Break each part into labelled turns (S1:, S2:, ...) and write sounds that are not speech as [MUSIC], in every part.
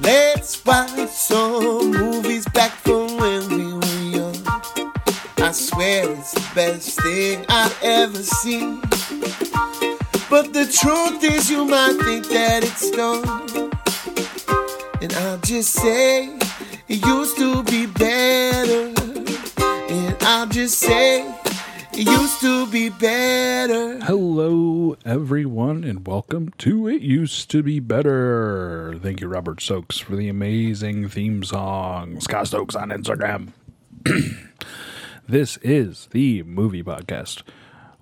S1: That's why so movies back from when we were young. I swear it's the best thing I ever seen. But the truth is, you might think that it's done. And I'll just say it used to be better. And I'll just say it used to be better.
S2: Hello, everyone, and welcome to It Used to Be Better. Thank you, Robert Stokes, for the amazing theme song. Scott Stokes on Instagram. [CLEARS THROAT] this is the movie podcast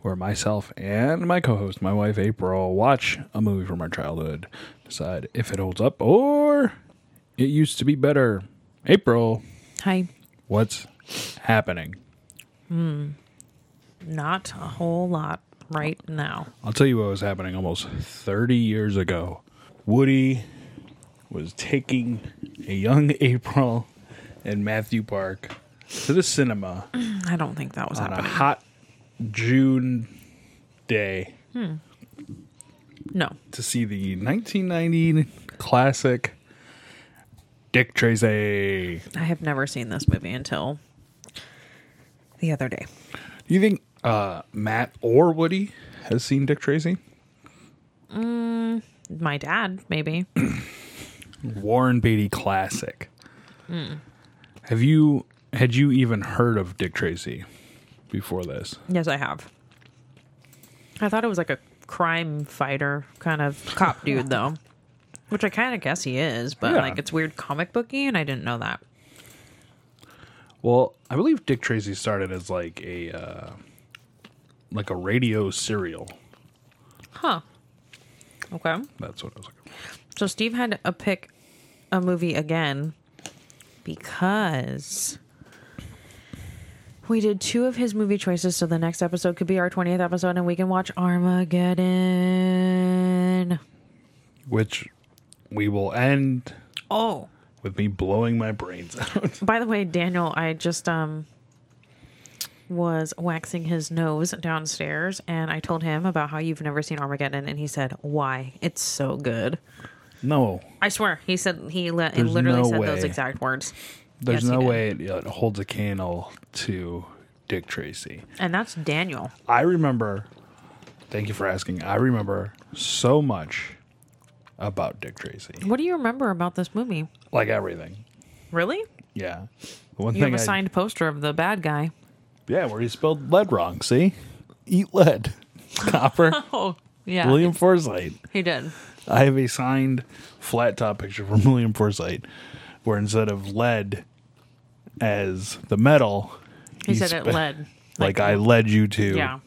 S2: where myself and my co host, my wife April, watch a movie from our childhood, decide if it holds up or it used to be better. April,
S3: Hi.
S2: what's happening?
S3: Not a whole lot right now.
S2: I'll tell you what was happening almost 30 years ago. Woody was taking a young [LAUGHS] April and Matthew Park to the cinema
S3: I don't think that was
S2: on a
S3: happening.
S2: hot June day
S3: No.
S2: to see the 1990 classic Dick Tracy.
S3: I have never seen this movie until the other day.
S2: Do you think uh, Matt or Woody has seen Dick Tracy?
S3: My dad, maybe. [CLEARS THROAT]
S2: Warren Beatty classic.
S3: Hmm.
S2: Have you had you even heard of Dick Tracy before this?
S3: yes, I have. I thought it was like a crime fighter kind of cop dude, though, which I kind of guess he is, but
S2: Yeah.
S3: like it's weird comic booky, and I didn't know that.
S2: Well, I believe Dick Tracy started as like a uh, like a radio serial.
S3: Huh. Okay.
S2: That's what I was like.
S3: So Steve had to pick a movie again because we did two of his movie choices. So the next episode could be our 20th episode and we can watch Armageddon.
S2: Which we will end
S3: Oh,
S2: with me blowing my brains [LAUGHS] out.
S3: by the way, Daniel, I just, um, was waxing his nose downstairs and I told him about how you've never seen Armageddon and he said, Why? It's so good.
S2: no,
S3: I swear. He said he, li- he
S2: There's
S3: literally
S2: no
S3: said those
S2: way.
S3: exact words.
S2: there's
S3: Yes, he
S2: no
S3: did.
S2: way it, it holds a candle to Dick Tracy.
S3: And that's Daniel.
S2: I remember. Thank you for asking. I remember so much about Dick Tracy.
S3: What do you remember about this movie?
S2: like everything.
S3: Really?
S2: Yeah. The one
S3: You have
S2: I-
S3: a signed poster of the bad guy.
S2: yeah, where he spelled lead wrong. See, eat lead, [LAUGHS] copper.
S3: Oh, [LAUGHS] yeah.
S2: William Forsythe.
S3: He did.
S2: I have a signed flat top picture from [LAUGHS] William Forsythe, where instead of lead as the metal,
S3: He, said it
S2: spe-
S3: led.
S2: Like, I led you to
S3: Yeah.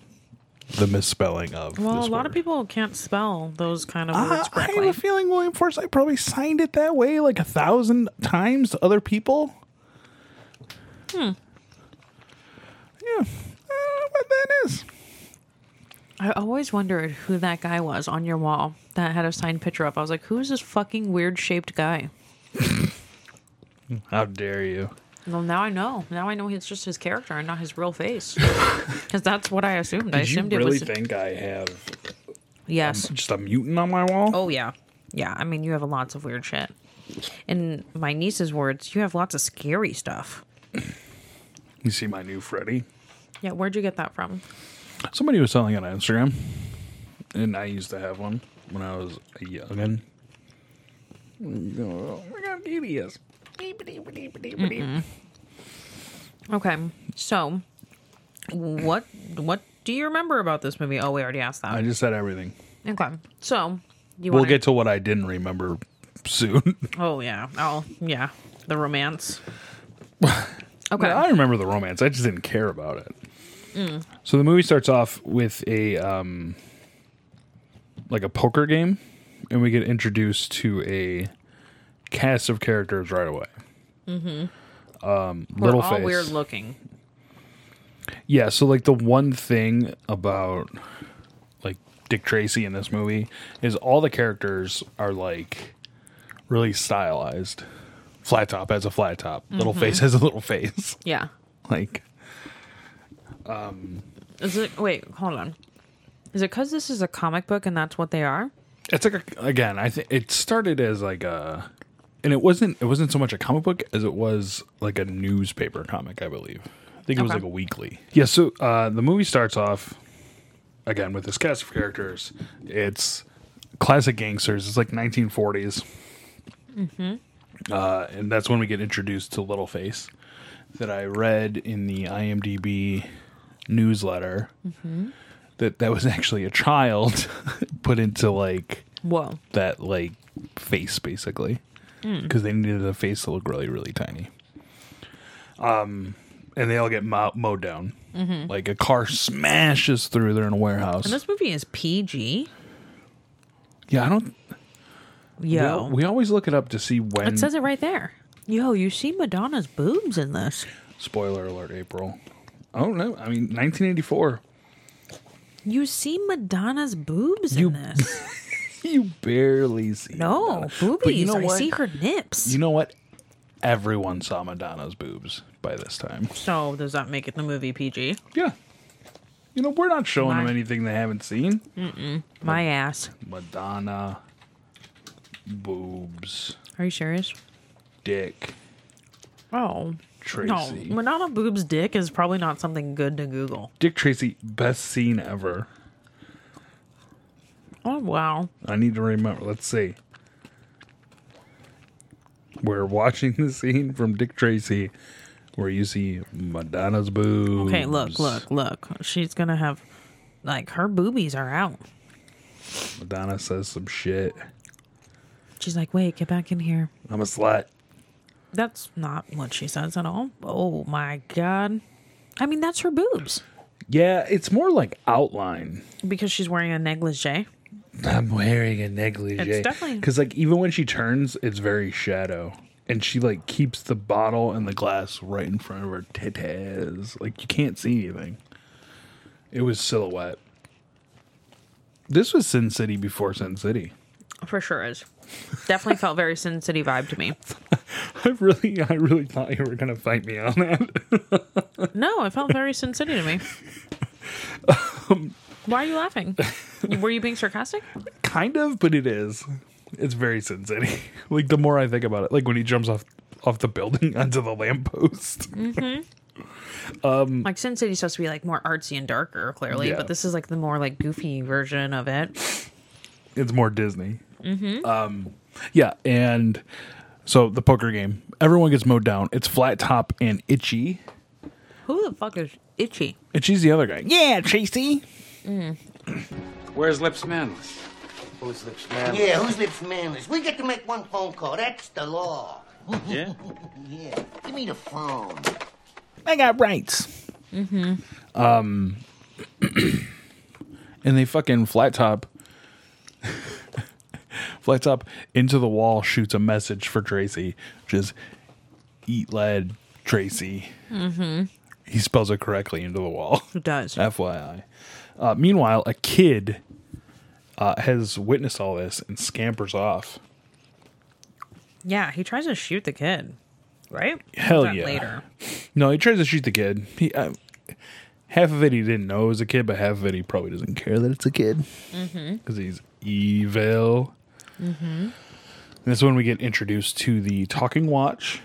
S2: the misspelling of.
S3: Well,
S2: this
S3: a lot of
S2: word.
S3: people can't spell those kind of
S2: Uh,
S3: words
S2: I have a
S3: correctly.
S2: feeling William Forsythe probably signed it that way like a thousand times to other people. Hmm. Yeah. I don't know what that is.
S3: I always wondered who that guy was on your wall that had a signed picture up. I was like, who is this fucking weird shaped guy?
S2: How dare you?
S3: Well, now I know. Now I know it's just his character and not his
S2: [LAUGHS]
S3: real face. Because that's what I assumed. I
S2: Did you
S3: assumed
S2: really
S3: it was.
S2: think I have
S3: yes.
S2: just a mutant on my wall?
S3: Oh yeah. Yeah, I mean you have lots of weird shit. In my niece's words, you have lots of scary stuff.
S2: You see my new Freddy?
S3: Yeah, where'd you get that from?
S2: Somebody was selling it on Instagram, and I used to have one when I was a youngin. Oh my god, beauty is.
S3: Okay. So what what do you remember about this movie? Oh, we already asked that.
S2: I just said everything.
S3: okay. So you
S2: We'll
S3: want
S2: get to what I didn't remember soon.
S3: Oh yeah. Oh yeah. The
S2: [LAUGHS]
S3: romance. Okay.
S2: I remember the romance. I just didn't care about it. So the movie starts off with a um, like a poker game, and we get introduced to a cast of characters right away. Mm-hmm. Um,
S3: We're
S2: little
S3: all
S2: face.
S3: weird looking.
S2: Yeah, so like the one thing about like Dick Tracy in this movie is all the characters are like really stylized. Flat top has a flat top. Little face has a little face. [LAUGHS]
S3: Yeah.
S2: like
S3: Is it wait, hold on. Is it cuz this is a comic book and that's what they are?
S2: it's like a, again, I think it started as like a and it wasn't it wasn't so much a comic book as it was like a newspaper comic, I believe. I think it was
S3: Okay.
S2: like a weekly. Yeah, so uh, the movie starts off again with this cast of characters. It's classic gangsters. It's like 1940s, uh, and that's when we get introduced to Littleface, that I read in the IMDb newsletter. That that was actually a child [LAUGHS] put into like
S3: Whoa.
S2: that like face basically
S3: Hmm.
S2: because they needed a face to look really really tiny um and they all get mow- mowed down like a car smashes through they're in a warehouse
S3: Mm-hmm. And this movie is PG.
S2: yeah i don't
S3: Yo.
S2: we, we always look it up to see when
S3: it says it right there. Yo, you see Madonna's boobs in this.
S2: spoiler alert april oh no i mean 1984
S3: You see Madonna's boobs in this.
S2: you barely see
S3: No,
S2: But
S3: boobies.
S2: you know
S3: I
S2: what?
S3: see her nips.
S2: you know what everyone saw madonna's boobs by this time
S3: so does that make it the movie PG?
S2: yeah you know we're not showing them
S3: My-
S2: anything they haven't seen
S3: My ass.
S2: Madonna, boobs,
S3: Are you serious?
S2: dick.
S3: Oh.
S2: Tracy.
S3: No, Madonna boobs dick is probably not something good to Google.
S2: Dick Tracy, best scene ever.
S3: Oh wow.
S2: I need to remember. Let's see. We're watching the scene from Dick Tracy where you see Madonna's boobs.
S3: Okay, look, look, look. She's gonna have like her boobies are out.
S2: Madonna says some shit.
S3: She's like, wait, get back in here.
S2: I'm a slut.
S3: That's not what she says at all. Oh my god. I mean, that's her boobs
S2: Yeah, it's more like outline.
S3: because she's wearing a negligee.
S2: I'm wearing a negligee.
S3: It's definitely-
S2: because like even when she turns, it's very shadow, and she like keeps the bottle and the glass right in front of her titties. Like you can't see anything. It was silhouette. This was Sin City before Sin City.
S3: For sure is. Definitely felt very Sin City vibe to me.
S2: [LAUGHS] I really, I really thought you were gonna fight me on that.
S3: No, it felt very Sin City to me. Why are you laughing? Were you being sarcastic?
S2: kind of, but it is. It's very Sin City. [LAUGHS] Like the more I think about it, like when he jumps off off the building [LAUGHS] onto the lamppost.
S3: Like Sin City's supposed to be like more artsy and darker, clearly,
S2: Yeah.
S3: but this is like the more like goofy version of it.
S2: it's more Disney. Mm-hmm. Um, yeah, and so the poker game, everyone gets mowed down. It's flat top and itchy.
S3: Who the fuck is Itchy?
S2: Itchy's the other guy. Yeah, Tracy.
S4: Where's Lips Manless?
S5: Who's lips man?
S6: Yeah, who's lips manless? We get to make one phone call. That's the law.
S4: Yeah?
S6: Yeah. Give me the phone.
S2: I got rights. Mm-hmm. Um, [CLEARS THROAT] and they fucking flat top, [LAUGHS] flat top into the wall shoots a message for Tracy, which is eat lead, Tracy. Mm-hmm. He spells it correctly into the wall. [LAUGHS]
S3: Who does?
S2: FYI. Uh, meanwhile, a kid uh, has witnessed all this and scampers off.
S3: Yeah, he tries to shoot the kid, right?
S2: Hell
S3: Is that
S2: yeah.
S3: Later.
S2: No, he tries to shoot the kid. He, uh, half of it he didn't know it was a kid, but half of it he probably doesn't care that it's a kid
S3: Mm-hmm.
S2: because he's evil. And that's when we get introduced to the talking watch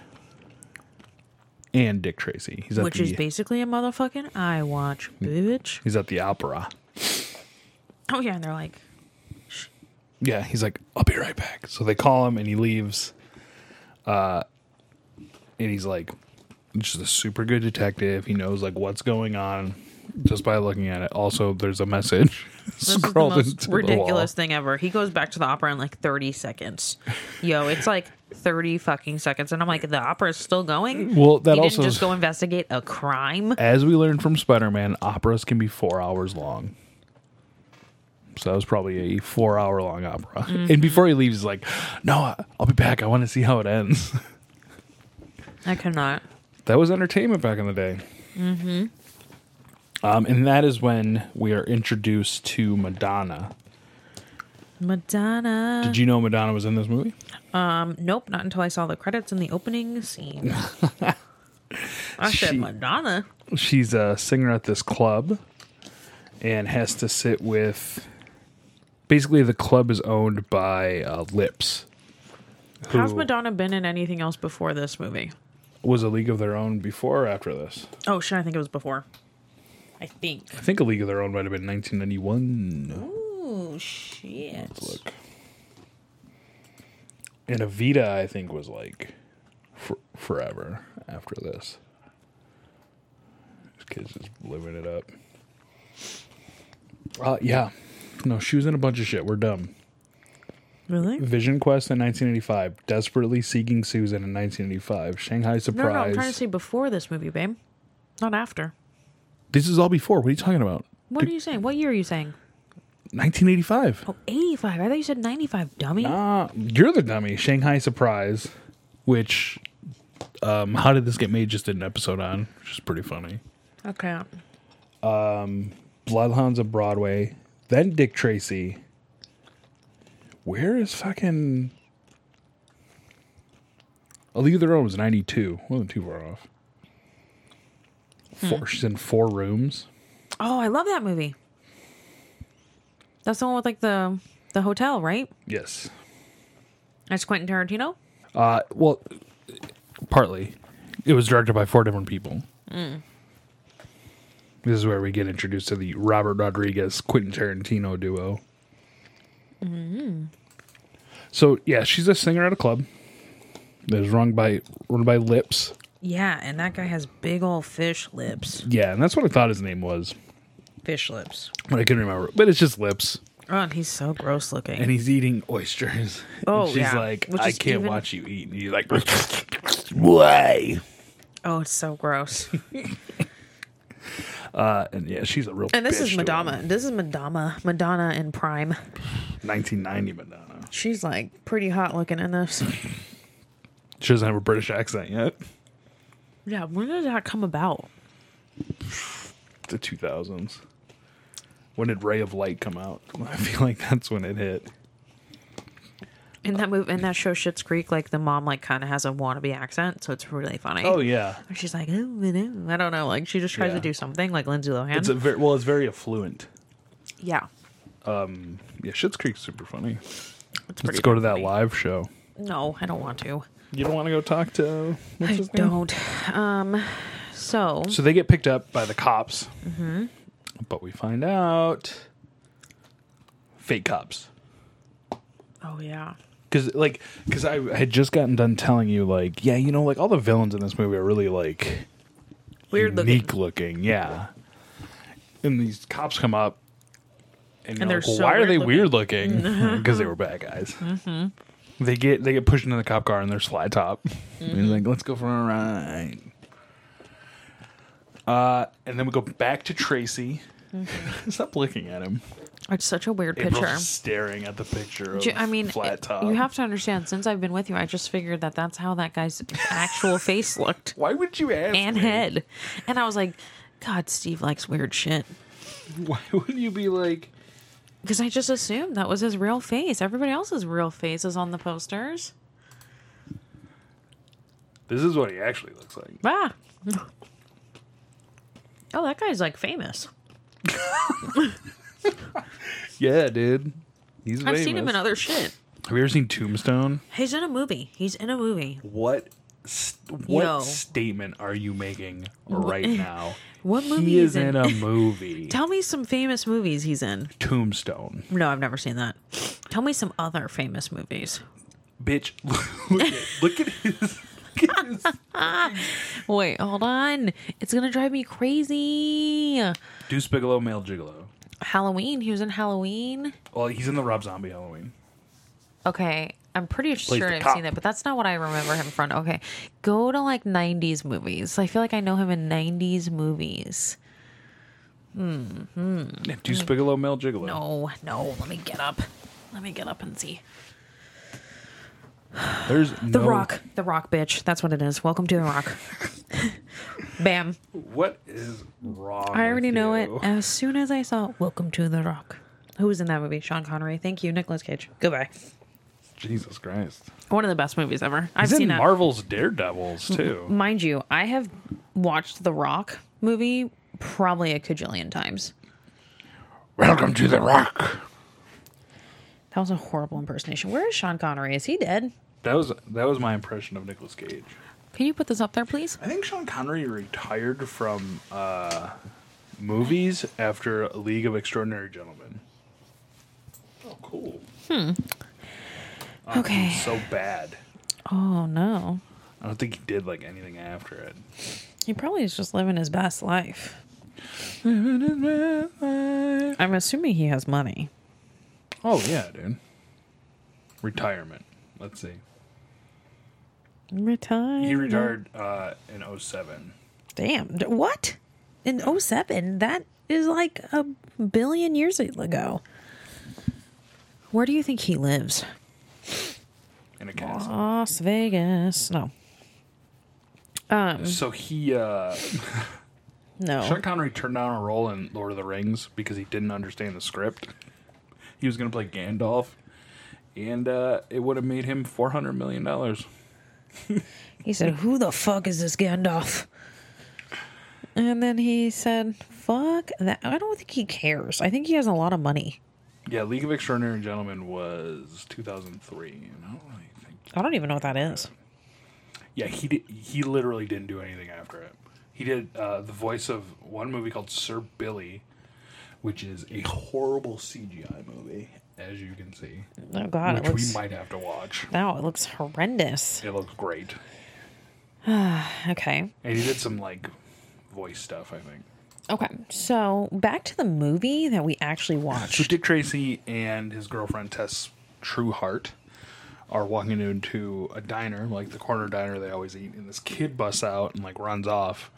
S2: and Dick Tracy. He's at
S3: Which
S2: the
S3: is basically a motherfucking eye watch,
S2: [LAUGHS]
S3: bitch.
S2: he's at the opera.
S3: Oh yeah, and they're like,
S2: Yeah, he's like, I'll be right back. So they call him and he leaves. Uh, and he's like, just a super good detective. He knows like what's going on just by looking at it. Also, there's a message [LAUGHS]
S3: this is the
S2: scrawled
S3: most
S2: into the
S3: ridiculous
S2: wall.
S3: thing ever. He goes back to the opera in like 30 seconds. Yo, it's like 30 fucking seconds. And I'm like, the opera's still going?
S2: Well, that
S3: you
S2: also
S3: didn't just
S2: is-
S3: go investigate a crime?
S2: As we learned from Spider Man, operas can be four hours long. So that was probably a four hour long opera. [LAUGHS]
S3: Mm-hmm.
S2: And before he leaves, he's like, No, I- I'll be back. I want to see how it ends.
S3: I cannot.
S2: that was entertainment back in the day. Mm-hmm. Um, and that is when we are introduced to Madonna.
S3: Madonna.
S2: Did you know Madonna was in this movie?
S3: Nope, not until I saw the credits in the opening
S2: [LAUGHS]
S3: scene. I said
S2: She-
S3: Madonna.
S2: She's a singer at this club and has to sit with. Basically, the club is owned by uh, Lips,
S3: How's
S2: who
S3: Madonna been in anything else before this movie?
S2: was a League of Their Own before or after this?
S3: Oh shit, I think it was before. I think.
S2: I think a League of Their Own might have been 1991.
S3: Oh shit.
S2: Look, and Evita I think was like for, forever after this. This kid's just living it up. Uh, yeah, no, she was in a bunch of shit. We're dumb.
S3: Really?
S2: Vision Quest in 1985, Desperately Seeking Susan in 1985, Shanghai
S3: No, no, I'm
S2: Surprise.
S3: trying to say before this movie, babe. Not after.
S2: this is all before. What are you talking about?
S3: What are you saying? What year are you saying?
S2: 1985.
S3: Oh, 85. I thought you said 95, dummy.
S2: Uh, you're the dummy. Shanghai Surprise, which, um, how did this get made? Just did an episode on, which is pretty funny.
S3: Okay.
S2: Bloodhounds of Broadway, then Dick Tracy. Where is fucking? A League of Their Own was '92. wasn't too far off. Four, She's in four rooms.
S3: Oh, I love that movie. That's the one with like the the hotel, right?
S2: Yes.
S3: That's Quentin Tarantino.
S2: Uh, well, partly. It was directed by four different people.
S3: Mm.
S2: This is where we get introduced to the Robert Rodriguez Quentin Tarantino duo.
S3: Mm-hmm.
S2: So yeah, she's a singer at a club. That is run by run by Lips.
S3: Yeah, and that guy has big old fish lips.
S2: Yeah, and that's what I thought his name was,
S3: Fish lips.
S2: but I couldn't remember. But it's just Lips,
S3: Oh, and he's so gross looking.
S2: and he's eating oysters. [LAUGHS]
S3: Oh,
S2: and she's
S3: yeah.
S2: like,
S3: Which
S2: I
S3: is
S2: can't
S3: even-
S2: watch you eat. And he's
S3: [LAUGHS]
S2: like, why?
S3: oh, it's so gross.
S2: Uh, and yeah, she's a real.
S3: And this
S2: bitch
S3: is
S2: to him.
S3: Madonna. This is Madonna. Madonna in prime.
S2: 1990 Madonna.
S3: She's like pretty hot looking in this.
S2: She doesn't have a British accent yet.
S3: [LAUGHS] Yeah, when did that come about?
S2: The 2000s. When did Ray of Light come out? [LAUGHS] I feel like that's when it hit.
S3: In that movie, in that show, Schitt's Creek, like the mom, like kind of has a wannabe accent, so it's really funny.
S2: Oh, yeah,
S3: And She's like, "Oh, I know." I don't know. Like she just tries
S2: Yeah.
S3: to do something, like Lindsay Lohan.
S2: it's a very well. It's very affluent.
S3: yeah,
S2: Yeah, Shit's Creek's super funny.
S3: it's
S2: Let's
S3: pretty
S2: go to that
S3: funny.
S2: live show.
S3: No, I don't want to.
S2: You don't want to go talk to. What's
S3: I
S2: his name?
S3: don't. Um, so
S2: So they get picked up by the cops,
S3: Mm-hmm.
S2: but we find out fake cops.
S3: oh yeah,
S2: because like because I had just gotten done telling you like yeah you know like all the villains in this movie are really like
S3: Weird looking.
S2: unique looking, yeah and these cops come up and, you're
S3: they're
S2: like, well,
S3: so
S2: why are
S3: weird
S2: they
S3: looking." Mm-hmm.
S2: weird looking [LAUGHS]
S3: [LAUGHS]
S2: because they were bad guys they get they get pushed into the cop car and they're flat top [LAUGHS] and he's like let's go for a ride uh and then we go back to Tracy [LAUGHS] stop looking at him
S3: it's such a weird
S2: April's
S3: Mm-hmm. picture.
S2: just staring at the picture of
S3: Ju- I mean,
S2: flat
S3: it-
S2: top
S3: you have to understand. Since I've been with you, I just figured that that's how that guy's actual face looked
S2: Why would you ask?
S3: and
S2: me?
S3: head, and I was like, "God, Steve likes weird shit."
S2: [LAUGHS] Why would you be like?
S3: Because I just assumed that was his real face. Everybody else's real face is on the posters.
S2: This is what he actually looks like.
S3: Ah. Oh, that guy's like famous.
S2: Yeah, dude. He's.
S3: I've seen him in other shit.
S2: Have you ever seen Tombstone?
S3: He's in a movie. He's in a movie.
S2: What? St- what
S3: Yo.
S2: statement are you making right
S3: [LAUGHS]
S2: now?
S3: What movie
S2: He is
S3: he's in?
S2: in
S3: [LAUGHS]
S2: a movie.
S3: Tell me some famous movies he's in.
S2: Tombstone,
S3: No, I've never seen that. Tell me some other famous movies.
S2: bitch. [LAUGHS] Look at, look at his. look at
S3: [LAUGHS]
S2: his-
S3: Wait, hold on. It's gonna drive me crazy.
S2: Deuce Bigelow, male gigolo.
S3: Halloween. He was in Halloween.
S2: Well, he's in the Rob Zombie Halloween.
S3: Okay, I'm pretty sure
S2: the
S3: I've
S2: cop.
S3: seen that, but that's not what I remember him from. Okay, go to like 90s movies. I feel like I know him in 90s movies.
S2: Yeah, Deuce Bigelow, male gigolo.
S3: Mm. No, no, let me get up. Let me get up and see.
S2: There's
S3: The Rock. The Rock, bitch. That's what it is. Welcome to The [LAUGHS] Rock. Bam.
S2: What is wrong?
S3: I already
S2: with
S3: know
S2: you?
S3: it. As soon as I saw Welcome to The Rock. Who was in that movie? Sean Connery. Thank you, Nicolas Cage. Goodbye.
S2: Jesus Christ.
S3: One of the best movies ever. I've
S2: He's in
S3: seen that.
S2: Marvel's Daredevils
S3: [LAUGHS]
S2: too.
S3: Mind you, I have watched The Rock movie probably a cajillion times.
S2: Welcome to the Rock.
S3: That was a horrible impersonation. Where is Sean Connery? Is he dead?
S2: That was that was my impression of Nicolas Cage.
S3: Can you put this up there, please?
S2: I think Sean Connery retired from uh, movies after A League of Extraordinary Gentlemen. Oh, cool.
S3: okay.
S2: So bad.
S3: Oh no.
S2: I don't think he did like anything after it.
S3: He probably is just living his best life. I'm assuming he has money.
S2: Oh yeah, dude. Retirement. Let's see.
S3: Retire.
S2: He retired uh, in 07.
S3: Damn. d- What? In 07? That is like a billion years ago. Where do you think he lives?
S2: in a castle.
S3: Las Vegas. No.
S2: So he uh
S3: No.
S2: Sean Connery turned down a role in Lord of the Rings because he didn't understand the script. [LAUGHS] He was going to play Gandalf, and uh, it would have made him four hundred million dollars.
S3: He said, Who the fuck is this Gandalf? And then he said, Fuck that. I don't think he cares. I think he has a lot of money.
S2: Yeah, League of Extraordinary Gentlemen was two thousand three, and I don't really think.
S3: I don't even know what that is.
S2: Yeah, he did, he literally didn't do anything after it. He did uh, the voice of one movie called Sir Billy, which is a horrible CGI movie, as you can see,
S3: Oh, God. It
S2: which we
S3: looks,
S2: might have to watch.
S3: now it looks horrendous.
S2: It looks great.
S3: Okay.
S2: And he did some like voice stuff, I think.
S3: Okay. So back to the movie that we actually
S2: So
S3: watched.
S2: Dick Tracy and his girlfriend Tess Trueheart are walking into a diner, like the corner diner they always eat, and this kid busts out and like runs off.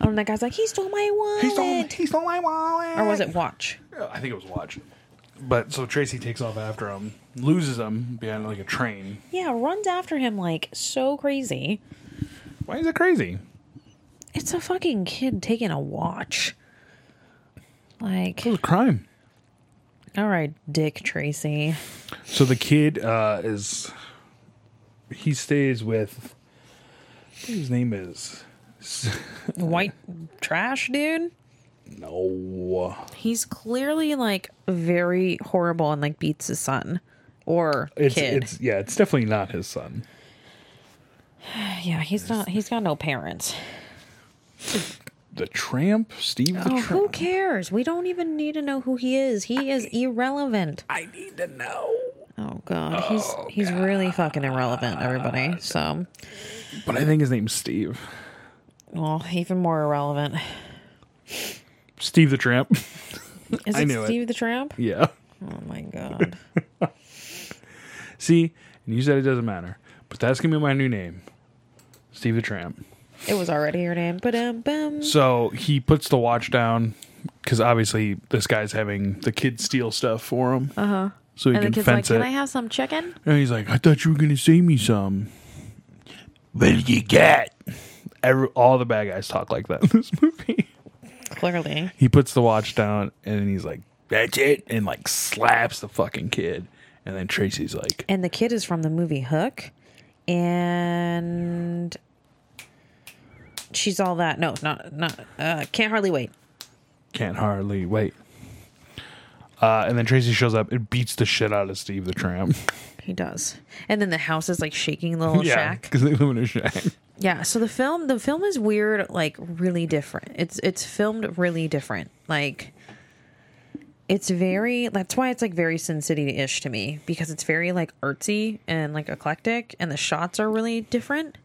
S3: Oh, and that guy's like, He stole my wallet.
S2: he stole my wallet.
S3: Or was it watch?
S2: I think it was watch. But so Tracy takes off after him, loses him behind like a train.
S3: Yeah, runs after him like so crazy.
S2: Why is it crazy?
S3: It's a fucking kid taking a watch. Like,
S2: It was a crime.
S3: all right, Dick Tracy.
S2: So the kid uh, is he stays with I think his name is [LAUGHS]
S3: White trash dude.
S2: no
S3: He's clearly like very horrible and like beats his son or
S2: it's
S3: kid.
S2: it's yeah it's definitely not his son
S3: yeah, he's not. He's got no parents.
S2: the tramp steve the
S3: Oh, who
S2: tramp
S3: cares? We don't even need to know who he is. He is irrelevant.
S2: i need to know
S3: Oh god, he's he's really fucking irrelevant. Everybody. So,
S2: but i think his name's steve
S3: well, even more irrelevant.
S2: steve the tramp
S3: Is it
S2: I knew it.
S3: Steve the Tramp?
S2: [LAUGHS] yeah
S3: Oh my god.
S2: see and you said it doesn't matter but that's gonna be my new name steve the tramp
S3: It was already your name. But um, bum.
S2: so he puts the watch down because obviously this guy's having the kid steal stuff for him uh-huh so he
S3: And the
S2: can
S3: kid's like,
S2: fence
S3: "Can
S2: it
S3: I have some chicken?"
S2: And he's like, I thought you were gonna save me some. What did you get? Every, all the bad guys talk like that in this movie.
S3: Clearly,
S2: He puts the watch down and he's like, That's it and like slaps the fucking kid. And then Tracy's like
S3: and the kid is from the movie Hook, and she's all that. No, not not. Uh, can't hardly wait.
S2: can't hardly wait. Uh, and then Tracy shows up and beats the shit out of Steve the tramp.
S3: He does, and then the house is like shaking the [LAUGHS] little shack.
S2: because they live in a shack.
S3: Yeah. So the film, the film is weird, like really different. It's it's filmed really different. Like it's very. That's why it's like very Sin City ish to me because it's very like artsy and like eclectic, and the shots are really different.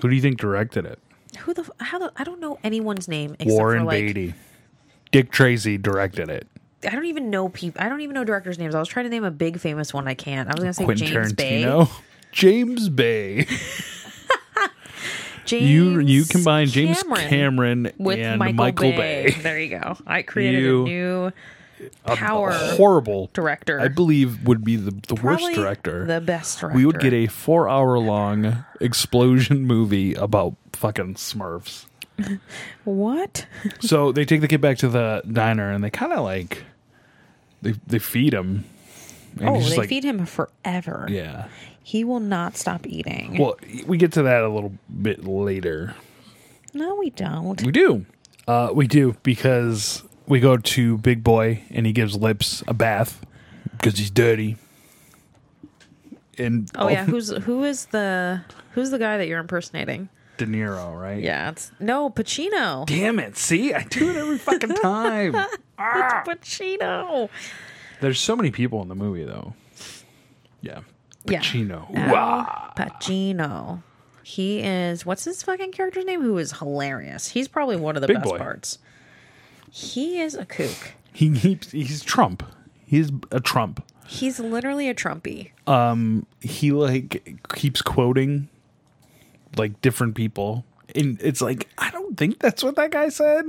S2: Who do you think directed it?
S3: Who the f- how the, I don't know anyone's name except
S2: Warren
S3: for like
S2: Beatty. Dick Tracy directed it.
S3: I don't even know people. I don't even know directors' names. I was trying to name a big famous one. I can't. I was gonna say
S2: Quentin
S3: James
S2: Tarantino. James Bay.
S3: Bay. James
S2: You you combine James Cameron,
S3: with
S2: and
S3: Michael,
S2: Michael, Bay.
S3: Bay. There you go. I created
S2: You-
S3: a new power
S2: Horrible
S3: director.
S2: I believe would be the, the worst
S3: Probably
S2: director.
S3: The best director.
S2: we would get a four hour long explosion movie about fucking Smurfs.
S3: what?
S2: So they take the kid back to the diner and they kind of like they they feed him. And
S3: Oh,
S2: he's
S3: they
S2: just like,
S3: feed him forever.
S2: Yeah.
S3: He will not stop eating.
S2: Well, we get to that a little bit later.
S3: no, we don't.
S2: We do. Uh, we do because we go to Big Boy and he gives Lips a bath because he's dirty. and
S3: Oh yeah, who's who is the who's the guy that you're impersonating?
S2: De Niro, right?
S3: Yeah, it's no Pacino.
S2: Damn it! See, I do it every fucking
S3: [LAUGHS]
S2: time.
S3: Pacino.
S2: There's so many people in the movie, though. Yeah,
S3: Yeah.
S2: Pacino.
S3: Al
S2: Wow.
S3: Pacino. He is what's his fucking character's name? Who is hilarious. He's probably one of the
S2: Big
S3: best
S2: boy.
S3: parts. He is a kook.
S2: He keeps. He's Trump. He's a Trump.
S3: He's literally a Trumpy.
S2: he like keeps quoting like different people and it's like i don't think that's what that guy said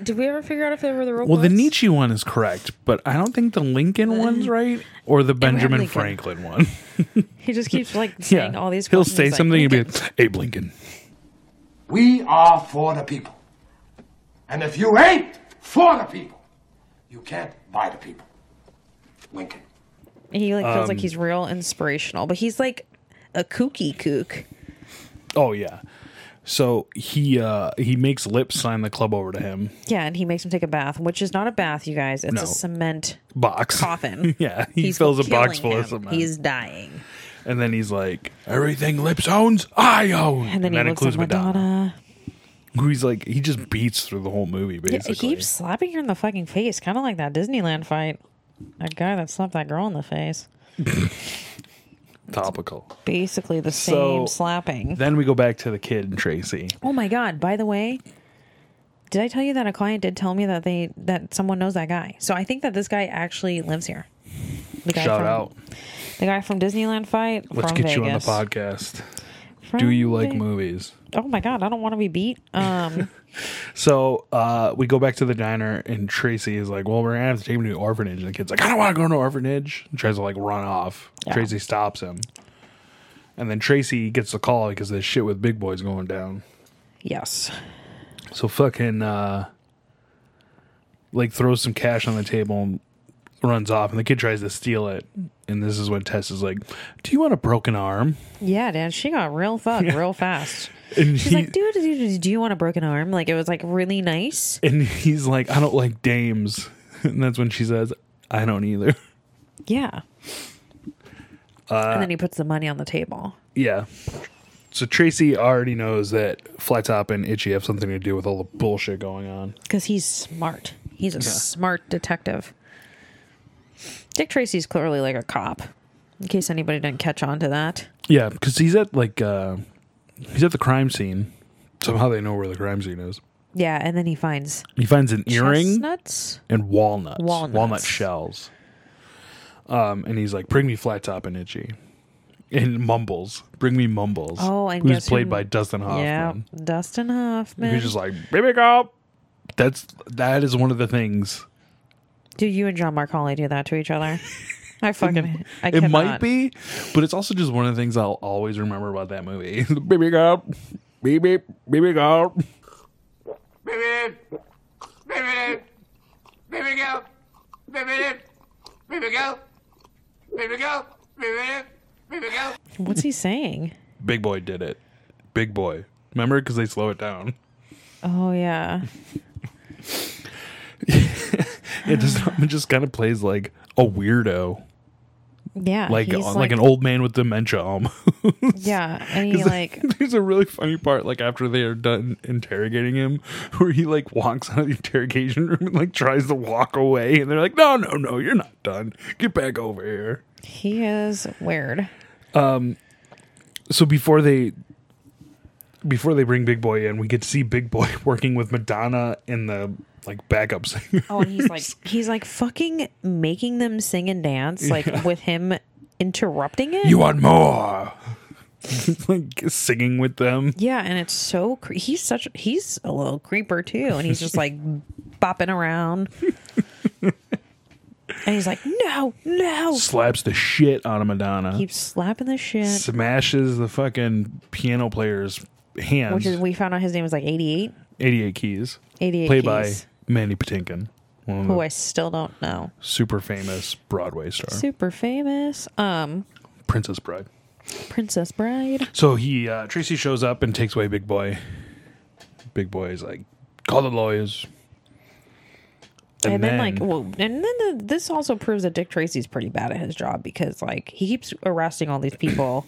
S3: Did we ever figure out if they were the real
S2: well the
S3: ones?
S2: nietzsche one is correct but i don't think the lincoln one's right or the benjamin
S3: Lincoln.
S2: franklin one
S3: He just
S2: [LAUGHS]
S3: keeps like [LAUGHS] saying all these.
S2: he'll
S3: fucking-
S2: say
S3: he's like,
S2: something and be
S3: "Lincoln."
S2: like, abe lincoln
S5: We are for the people. And if you ain't for the people, you can't buy the people. Lincoln.
S3: He like feels
S2: Um,
S3: like he's real inspirational, but he's like a kooky kook.
S2: oh yeah so he uh he makes lips sign the club over to him
S3: Yeah, and he makes him take a bath, which is not a bath, you guys. It's
S2: No.
S3: a cement
S2: box
S3: coffin.
S2: [LAUGHS] yeah he fills a box
S3: killing
S2: full
S3: him.
S2: of cement
S3: He's dying,
S2: and then he's like everything lips owns i own
S3: and then he looks at Madonna.
S2: who he's like he just beats through the whole movie
S3: Yeah,
S2: basically.
S3: he keeps slapping her in the fucking face, kind of like that Disneyland fight. That guy that slapped that girl in the face.
S2: topical.
S3: Basically the
S2: So-
S3: same slapping.
S2: Then we go back to the kid and Tracy.
S3: oh my god! By the way, did I tell you that a client did tell me that they that someone knows that guy? So I think that this guy actually lives here. The guy
S2: Shout
S3: from-
S2: out.
S3: The guy from Disneyland fight.
S2: Let's
S3: from
S2: get
S3: Vegas.
S2: you on the podcast.
S3: From
S2: Do you like
S3: Ve-
S2: movies?
S3: Oh my god, I don't want to be beat.
S2: [LAUGHS]
S3: Um,
S2: So uh, we go back to the diner and Tracy is like, Well, we're gonna have to take him to the orphanage. And the kid's like, I don't wanna go to an orphanage and tries to like run off.
S3: Yeah.
S2: Tracy stops him. And then Tracy gets the call because this shit with big boys going down.
S3: yes,
S2: So fucking uh like throws some cash on the table and runs off and the kid tries to steal it. And this is when Tess is like, Do you want a broken arm?
S3: yeah, Dan. She got real fucked
S2: [LAUGHS]
S3: real fast.
S2: And
S3: She's
S2: he
S3: like, dude, do, do, do you want a broken arm? Like it was like really nice.
S2: and he's like, I don't like dames. [LAUGHS] And that's when she says, I don't either. [LAUGHS]
S3: Yeah.
S2: Uh,
S3: and then he puts the money on the table.
S2: Yeah. So Tracy already knows that Flat Top and Itchy have something to do with all the bullshit going on.
S3: Because he's smart. He's a smart detective. Dick Tracy's clearly like a cop. In case anybody didn't catch on to that.
S2: Yeah, because he's at like uh he's at the crime scene. Somehow they know where the crime scene is.
S3: Yeah, and then he finds
S2: He finds an earring.
S3: chestnuts.
S2: and walnuts,
S3: Walnuts.
S2: walnut shells. Um, and he's like, "Bring me flat top and itchy," and mumbles, "Bring me mumbles."
S3: Oh, and
S2: who's
S3: guess
S2: played
S3: who-
S2: by Dustin
S3: Yeah,
S2: Hoffman?
S3: Dustin Hoffman.
S2: Who's just like, "Baby girl." That's that is one of the things.
S3: Do you and John Mark Hawley do that to
S2: [LAUGHS]
S3: each other? I fucking. I
S2: It might
S3: cannot.
S2: be, but it's also just one of the things I'll always remember about that movie. [LAUGHS] baby girl, baby, baby girl.
S5: Baby, baby, baby girl, baby, baby girl, baby girl, baby, baby girl.
S3: What's he saying?
S2: Big boy did it. Big boy. Remember, because they slow it down.
S3: Oh yeah,
S2: It just, [LAUGHS] it just kind of plays like a weirdo.
S3: yeah.
S2: like uh,
S3: he's
S2: like, an old man with dementia um. [LAUGHS] almost.
S3: Yeah,
S2: [LAUGHS]
S3: and he like
S2: There's a really funny part like after they are done interrogating him, [LAUGHS] where he like walks out of the interrogation room and like tries to walk away, and they're like, "No, no, no, you're not done. Get back over here."
S3: he is weird.
S2: So before they before they bring Big Boy in, we get to see Big Boy [LAUGHS] working with Madonna in the like backup [LAUGHS] singer.
S3: Oh, and he's like he's like fucking making them sing and dance like with him interrupting it.
S2: You want more? [LAUGHS] like singing with them.
S3: yeah, and it's so cre- he's such he's a little creeper too, and he's just [LAUGHS] like bopping around. And he's like, no, no.
S2: Slaps the shit out of Madonna.
S3: Keeps slapping the shit.
S2: smashes the fucking piano player's hands.
S3: which is we found out his name was like 88
S2: 88 keys.
S3: 88
S2: Played
S3: Keys.
S2: by Mandy Patinkin, one of the
S3: who i still don't know
S2: super famous Broadway star,
S3: super famous um
S2: Princess Bride.
S3: princess bride
S2: So he uh, Tracy shows up and takes away Big Boy. Big Boy is like, call the lawyers.
S3: And, then, like, well, and then the, this also proves that Dick Tracy's pretty bad at his job because, like, he keeps arresting all these [COUGHS] people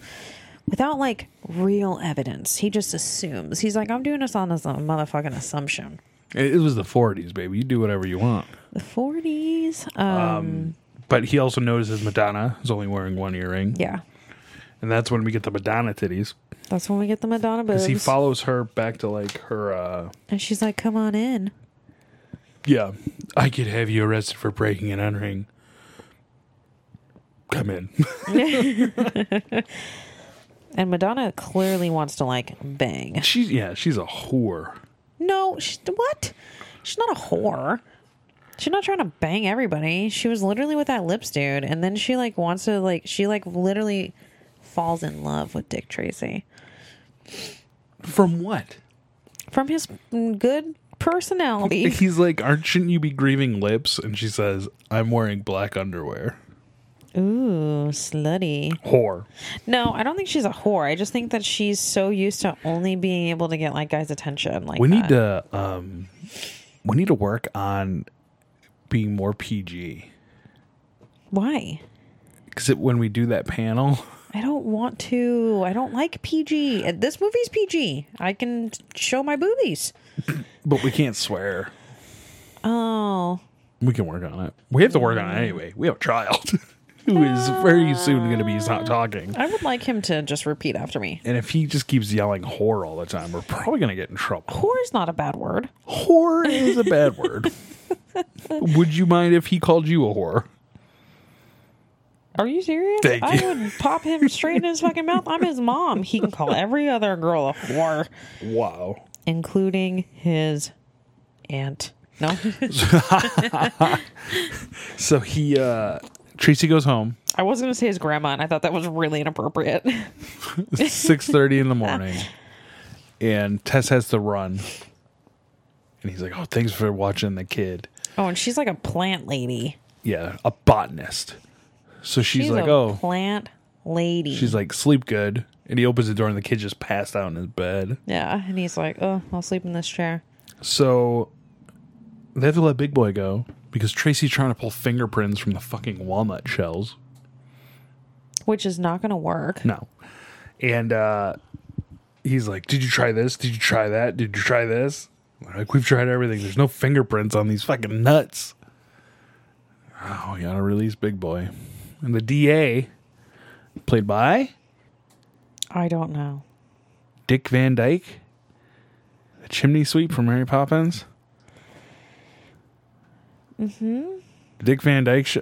S3: without like real evidence. He just assumes. He's like, I'm doing this on this motherfucking assumption.
S2: it, it was the 40s, baby. You do whatever you want.
S3: The 40s. Um,
S2: But he also notices Madonna is only wearing one earring,
S3: yeah,
S2: and that's when we get the Madonna titties.
S3: that's when we get the Madonna boobs.
S2: Because he follows her back to like her. uh
S3: and she's like, "Come on in."
S2: Yeah, I could have you arrested for breaking and entering. Come in. [LAUGHS]
S3: And Madonna clearly wants to like bang.
S2: she's yeah, she's a whore.
S3: No, she, what? She's not a whore. She's not trying to bang everybody. She was literally with that lips dude, and then she like wants to like she like literally falls in love with Dick Tracy
S2: From what?
S3: from his good personality.
S2: He's like, aren't shouldn't you be grieving lips? And she says, I'm wearing black underwear.
S3: Ooh, slutty.
S2: Whore.
S3: No, I don't think she's a whore. I just think that she's so used to only being able to get like guys' attention. Like
S2: We
S3: that.
S2: need to um we need to work on being more PG.
S3: Why?
S2: Cause it, when we do that panel, [LAUGHS]
S3: I don't want to. I don't like PG. Uh, This movie's PG. I can show my boobies.
S2: but we can't swear.
S3: Oh,
S2: We can work on it. We have to work on it anyway. We have a child [LAUGHS] who is very soon going to be not talking.
S3: I would like him to just repeat after me.
S2: And if he just keeps yelling whore all the time, we're probably going to get in trouble.
S3: Whore is not a bad word.
S2: Whore is a bad word. Would you mind if he called you a whore?
S3: Are you serious?
S2: Thank
S3: I
S2: you.
S3: would pop him straight
S2: [LAUGHS]
S3: in his fucking mouth. I'm his mom. He can call every other girl a whore,
S2: Wow.
S3: including his aunt. No, [LAUGHS]
S2: So he, uh, Tracy goes home,
S3: I was going to say his grandma, and I thought that was really inappropriate.
S2: 6.30 in the morning, and Tess has to run. And he's like, oh, thanks for watching the kid.
S3: Oh, and she's like a plant lady.
S2: Yeah, a botanist. So she's,
S3: She's,
S2: like,
S3: a
S2: oh.
S3: plant lady.
S2: She's like, sleep good. And he opens the door and the kid just passed out in his bed.
S3: yeah, and he's like, oh, I'll sleep in this chair.
S2: So they have to let Big Boy go because Tracy's trying to pull fingerprints from the fucking walnut shells.
S3: Which is not going to work.
S2: No. And uh, he's like, Did you try this? Did you try that? Did you try this? We're Like, we've tried everything. There's no fingerprints on these fucking nuts. Oh, you gotta release Big Boy. And the DA, played by
S3: I don't know.
S2: Dick Van Dyke, the chimney sweep from Mary Poppins. Mm-hmm. Dick Van Dyke. Sh-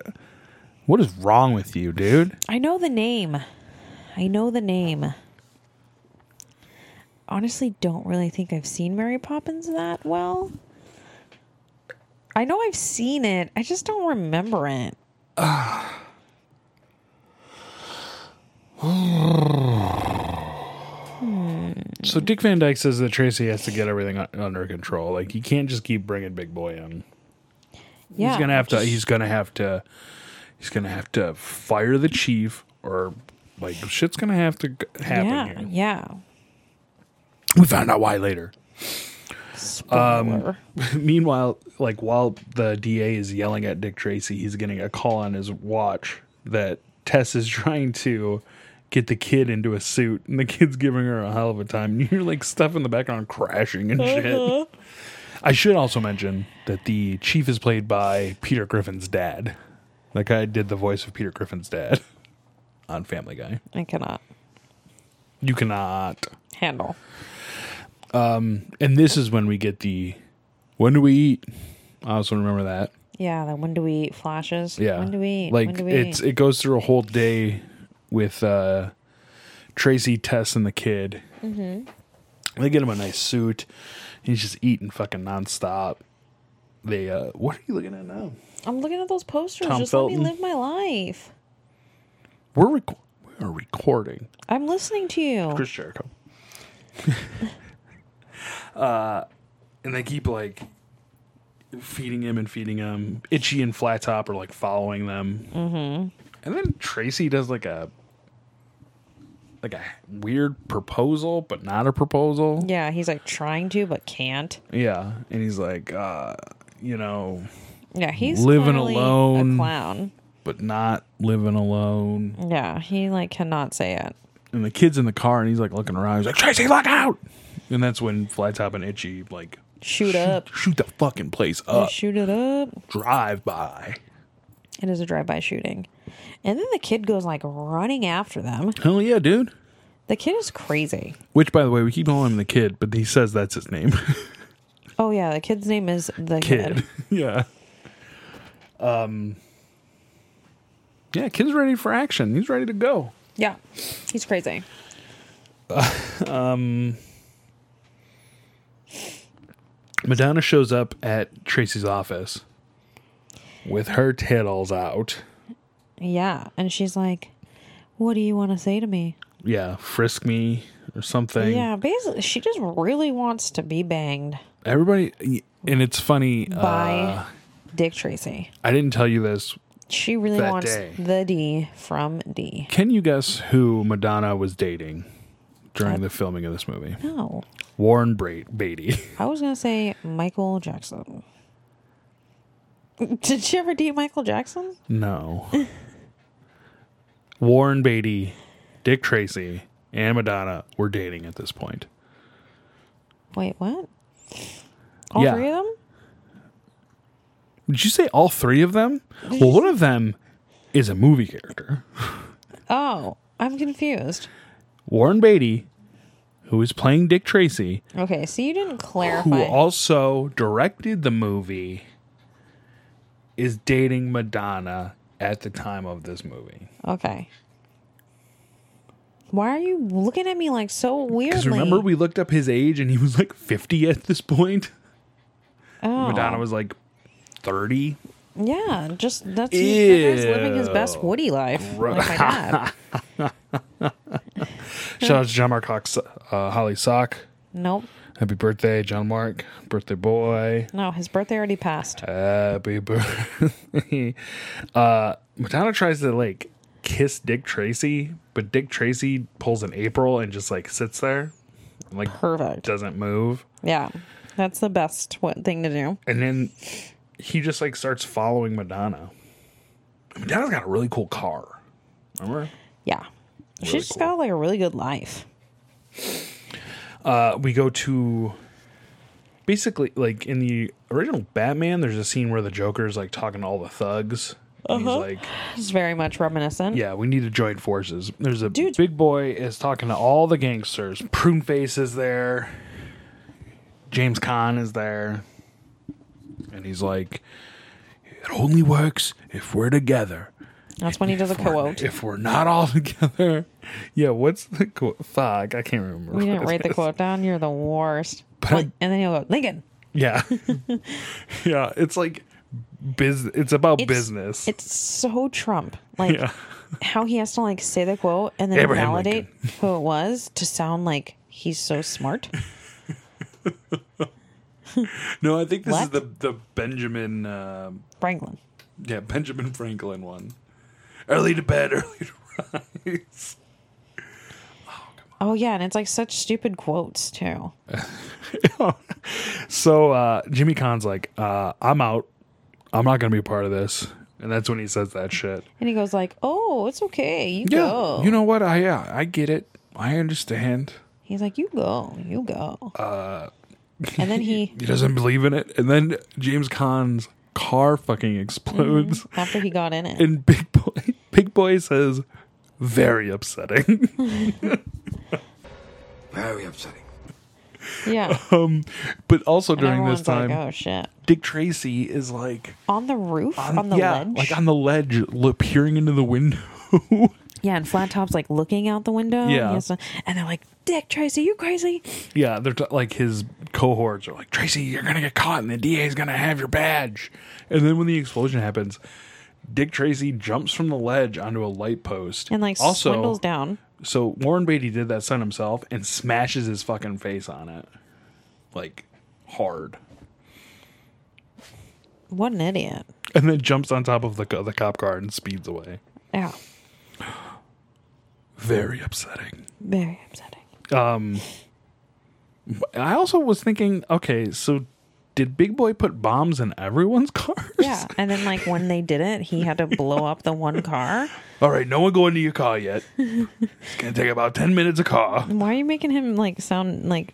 S2: what is wrong with you, dude?
S3: I know the name. I know the name. Honestly, don't really think I've seen Mary Poppins that well. I know I've seen it. I just don't remember it.
S2: So Dick Van Dyke says that Tracy has to get everything un- under control. Like he can't just keep bringing Big Boy in.
S3: Yeah.
S2: he's gonna have to.
S3: just-
S2: He's gonna have to. He's gonna have to fire the chief, or like shit's gonna have to g- happen
S3: Yeah.
S2: here.
S3: Yeah.
S2: We found out why later. Um,
S3: Spoiler.
S2: [LAUGHS] Meanwhile, like while the DA is yelling at Dick Tracy, he's getting a call on his watch that Tess is [LAUGHS] trying to get the kid into a suit, and the kid's giving her a hell of a time. [LAUGHS] And you're like stuff in the background crashing and shit. I should also mention that the chief is played by Peter Griffin's dad. That guy did the voice of Peter Griffin's dad [LAUGHS] on Family Guy.
S3: I cannot
S2: You cannot.
S3: handle.
S2: And this is when we get the when do we eat? I also remember that.
S3: Yeah, the when do we eat flashes?
S2: Yeah.
S3: When do we eat?
S2: Like
S3: when do we
S2: it's
S3: eat?
S2: it goes through a whole day with uh Tracy, Tess, and the kid. Mm-hmm. They get him a nice suit. He's just eating fucking nonstop. They uh what are you looking at now?
S3: I'm looking at those posters.
S2: Tom
S3: just let
S2: Felton.
S3: me live my life.
S2: We're rec- we're recording.
S3: I'm listening to you.
S2: Chris Jericho. [LAUGHS] uh, and they keep like feeding him and feeding him. Itchy and Flat Top are like following them. Mm-hmm. And then Tracy does like a like a weird proposal, but not a proposal.
S3: Yeah, he's like trying to but can't.
S2: Yeah, and he's like, uh, you know,
S3: Yeah, he's
S2: Living
S3: clearly
S2: alone.
S3: a clown.
S2: but not living alone.
S3: Yeah, he like cannot say it.
S2: And the kid's in the car, and he's like looking around. He's like, Tracy, look out! And that's when Flattop and Itchy like
S3: Shoot up.
S2: shoot the fucking place up,
S3: Shoot it up.
S2: drive by.
S3: It is a drive-by shooting. And then the kid goes like running after them.
S2: Hell yeah, dude.
S3: The kid is crazy.
S2: Which, by the way, we keep calling him the kid, but he says that's his name, [LAUGHS]
S3: Oh yeah, the kid's name is the
S2: kid. [LAUGHS] yeah. Um. Yeah, kid's ready for action. He's ready to go.
S3: Yeah. He's crazy.
S2: Madonna shows up at Tracy's office with her tittles out.
S3: Yeah, and she's like, "What do you want to say to me?"
S2: Yeah, frisk me or something.
S3: Yeah, basically she just really wants to be banged
S2: Everybody, and it's funny.
S3: by
S2: Uh,
S3: Dick Tracy.
S2: I didn't tell you this.
S3: She really
S2: that
S3: wants
S2: day.
S3: the D from D.
S2: Can you guess who Madonna was dating during the filming of this movie?
S3: No.
S2: Warren Bra- Beatty. [LAUGHS]
S3: I was going to say Michael Jackson. [LAUGHS] Did she ever date Michael Jackson?
S2: No. Warren Beatty, Dick Tracy, and Madonna were dating at this point.
S3: Wait, what? All
S2: Yeah.
S3: three of them?
S2: Did you say all three of them? Well, one of them is a movie character.
S3: Oh, I'm confused.
S2: Warren Beatty, who is playing Dick Tracy,
S3: Okay, so you didn't
S2: who
S3: clarify.
S2: also directed the movie, is dating Madonna at the time of this movie.
S3: okay. Why are you looking at me like so
S2: Because
S3: weirdly?
S2: remember, we looked up his age and he was like 50 at this point.
S3: oh,
S2: Madonna was like 30.
S3: Yeah, just that's he, that guy's living his best
S2: Ew.
S3: Woody life, like my
S2: [LAUGHS]
S3: dad.
S2: Shout out to John Mark Hawk's, uh, Holly Sock.
S3: nope,
S2: Happy birthday, John Mark. Birthday boy.
S3: no, his birthday already passed.
S2: Happy birthday. [LAUGHS] Uh, Madonna tries to like kiss Dick Tracy, but Dick Tracy pulls an April and just like sits there, and, like [LAUGHS]
S3: Perfect.
S2: doesn't move.
S3: Yeah, that's the best one thing to do.
S2: And then he just like starts following Madonna. Madonna's got a really cool car. Remember?
S3: Yeah,
S2: Really
S3: she's just
S2: cool.
S3: got like a really good life.
S2: Uh, we go to basically like in the original Batman. There's a scene where the Joker is like talking to all the thugs. And
S3: Uh-huh.
S2: He's like,
S3: It's very much reminiscent.
S2: Yeah, we need to join forces. There's a
S3: Dude.
S2: big boy is talking to all the gangsters. Pruneface is there. James Caan is there. And he's like, it only works if we're together.
S3: that's when he does a
S2: If we're- [LAUGHS]
S3: quote.
S2: If we're not all together. Yeah, what's the quote? Fuck, I can't remember.
S3: You didn't
S2: what it
S3: write the
S2: is.
S3: quote down. You're the worst.
S2: But I-
S3: and then he'll go Lincoln.
S2: Yeah. yeah, it's like business. It's about business.
S3: It's so Trump. Like
S2: [LAUGHS] yeah.
S3: how he has to like say the quote and then
S2: Abraham
S3: validate who it was to sound like he's
S2: [LAUGHS]
S3: so smart.
S2: No, I think this is
S3: What?
S2: the, the Benjamin. um
S3: Franklin.
S2: Yeah, Benjamin Franklin one. Early to bed, [LAUGHS] early to rise.
S3: Oh yeah, and it's like such stupid quotes too.
S2: [LAUGHS] So uh, Jimmy Con's like, uh, I'm out. I'm not going to be a part of this. And that's when he says that shit.
S3: And he goes like, "Oh, it's okay. You go."
S2: You know what? I yeah, I get it. I understand.
S3: He's like, "You go. You go." Uh, and
S2: [LAUGHS]
S3: then he
S2: He doesn't believe in it. And then James Con's car fucking explodes.
S3: after he got in it.
S2: And Big Boy [LAUGHS] Big Boy says, very upsetting. [LAUGHS]
S5: Very upsetting.
S3: yeah.
S2: Um, but also [LAUGHS] during this
S3: Everyone's
S2: time,
S3: like, "Oh shit."
S2: Dick Tracy is like
S3: On the roof, on, the ledge.
S2: like on the ledge, look, peering into the window. [LAUGHS]
S3: yeah, and Flat Top's like looking out the window. and he
S2: Yeah.
S3: has to- and they're like, "Dick Tracy, you crazy?"
S2: yeah, they're t- like his cohorts are like, Tracy, you're gonna get caught, and the DA is gonna have your badge. And then when the explosion happens, Dick Tracy jumps from the ledge onto a light post
S3: And like swindles down.
S2: So Warren Beatty did that son himself and smashes his fucking face on it, like hard,
S3: What an idiot.
S2: and then jumps on top of the co- the cop car and speeds away.
S3: Yeah.
S2: Very upsetting.
S3: Very
S2: [LAUGHS]
S3: upsetting.
S2: I also was thinking, okay, so did Big Boy put bombs in everyone's [LAUGHS] cars?
S3: Yeah. And then, like, when they did it, he had to blow up the one car.
S2: All right, no one go into your car [LAUGHS] yet. it's gonna take about ten minutes a car.
S3: Why are you making him, like, sound like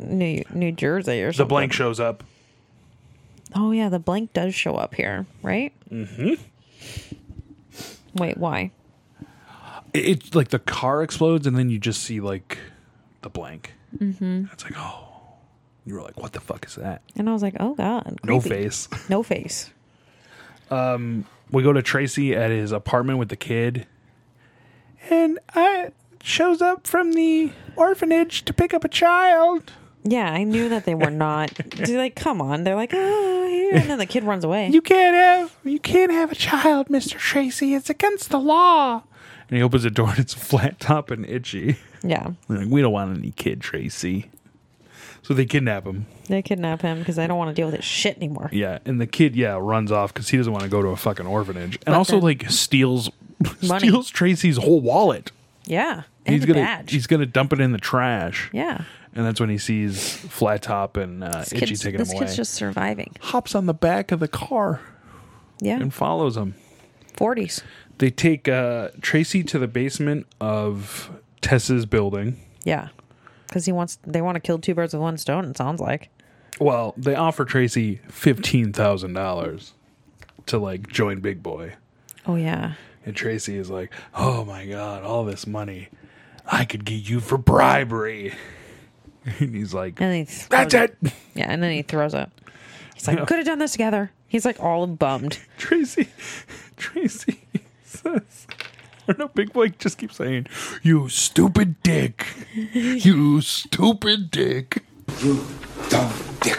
S3: New New Jersey or
S2: The
S3: something?
S2: blank shows up.
S3: Oh, yeah. The blank does show up here, right? Mm
S2: Mm-hmm.
S3: hmm. Wait, why?
S2: It- It's like the car explodes, and then you just see like the blank. Mm-hmm. It's like oh, you were like, what the fuck is that?
S3: And I was like, oh, God.
S2: No
S3: creepy.
S2: face.
S3: No face.
S2: we go to Tracy at his apartment with the kid, and I shows up from the orphanage to pick up a child.
S3: Yeah, I knew that [LAUGHS] they were not. they're like, come on. They're like, oh, here. And then the kid runs away.
S2: You can't have you can't have a child, Mister Tracy. It's against the law. And he opens the door, and it's flat top and itchy.
S3: yeah.
S2: They're like, we don't want any kid, Tracy. So they kidnap him.
S3: They kidnap him because I don't want to deal with this shit anymore.
S2: Yeah, and the kid, yeah, runs off because he doesn't want to go to a fucking orphanage, and also
S3: then-
S2: like steals
S3: Money.
S2: steals Tracy's whole wallet.
S3: Yeah. And
S2: he's
S3: the
S2: gonna
S3: badge.
S2: he's gonna dump it in the trash.
S3: yeah.
S2: And that's when he sees Flat Top and uh,
S3: This,
S2: Itchy
S3: kid's,
S2: taking
S3: this
S2: him away.
S3: kid's just surviving.
S2: hops on the back of the car
S3: Yeah.
S2: and follows him.
S3: 40s.
S2: They take uh, Tracy to the basement of Tess's building.
S3: Yeah. Because he wants, they want to kill two birds with one stone, it sounds like.
S2: Well, they offer Tracy fifteen thousand dollars to like join Big Boy,
S3: Oh, yeah.
S2: and Tracy is like, "Oh my god, all this money, I could get you for bribery." [LAUGHS] And he's like,
S3: And then he throws
S2: "That's it."
S3: Yeah. And then he throws up. He's like, could have done this together. He's like all [LAUGHS] bummed.
S2: Tracy, [LAUGHS] Tracy says, or no, Big Boy just keeps saying, "You stupid dick, you stupid dick,"
S5: You dumb dick.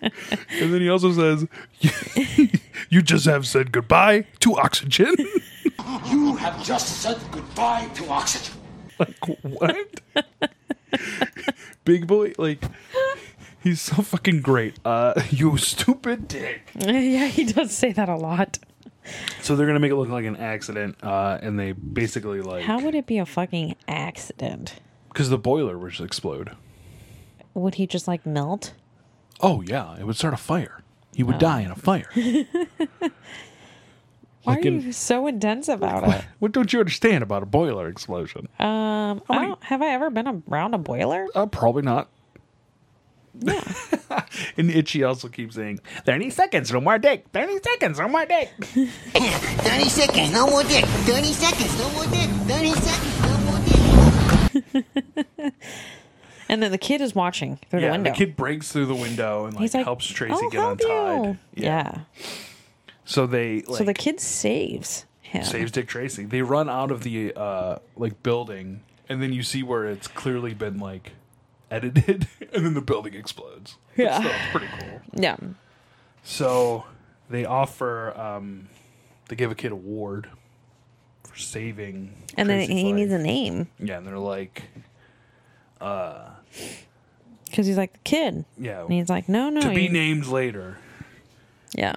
S2: and then he also says, [LAUGHS] "You just have said goodbye to oxygen." [LAUGHS]
S5: You have just said goodbye to oxygen.
S2: like what? [LAUGHS] Big Boy, like he's so fucking great. Uh, you stupid dick.
S3: yeah, he does say that a lot.
S2: So they're gonna make it look like an accident, uh, and they basically like
S3: How would it be a fucking accident?
S2: because the boiler would just explode.
S3: Would he just like melt?
S2: Oh yeah, it would start a fire. He would die in a fire.
S3: Why
S2: Like
S3: are
S2: in-
S3: you so intense about it?
S2: [LAUGHS] what don't you understand about a boiler explosion?
S3: Um, I don't, have I ever been around a boiler?
S2: Uh, probably not. [LAUGHS] and Itchy also keeps saying, 30 seconds, no more dick. 30 seconds, no more dick.
S6: 30 seconds, no more dick. 30 seconds, no more dick. 30 seconds, no more dick.
S3: And then the kid is watching
S2: [LAUGHS]
S3: through
S2: yeah,
S3: the window.
S2: the kid breaks through the window and like, "Oh,
S3: He's like,
S2: helps Tracy
S3: "I'll
S2: get
S3: help
S2: untied.
S3: you." Yeah.
S2: So they like,
S3: So the kid saves him.
S2: saves Dick Tracy. They run out of the uh like building and then you see where it's clearly been like edited [LAUGHS] and then the building explodes.
S3: Yeah.
S2: So it's pretty cool.
S3: Yeah.
S2: So they offer, um, they give a kid a ward for saving.
S3: And then
S2: Tracy's
S3: he
S2: life.
S3: needs a name
S2: Yeah, and they're like,
S3: because he's like the kid.
S2: yeah,
S3: And he's like, no, no.
S2: to be
S3: you-
S2: named later.
S3: Yeah.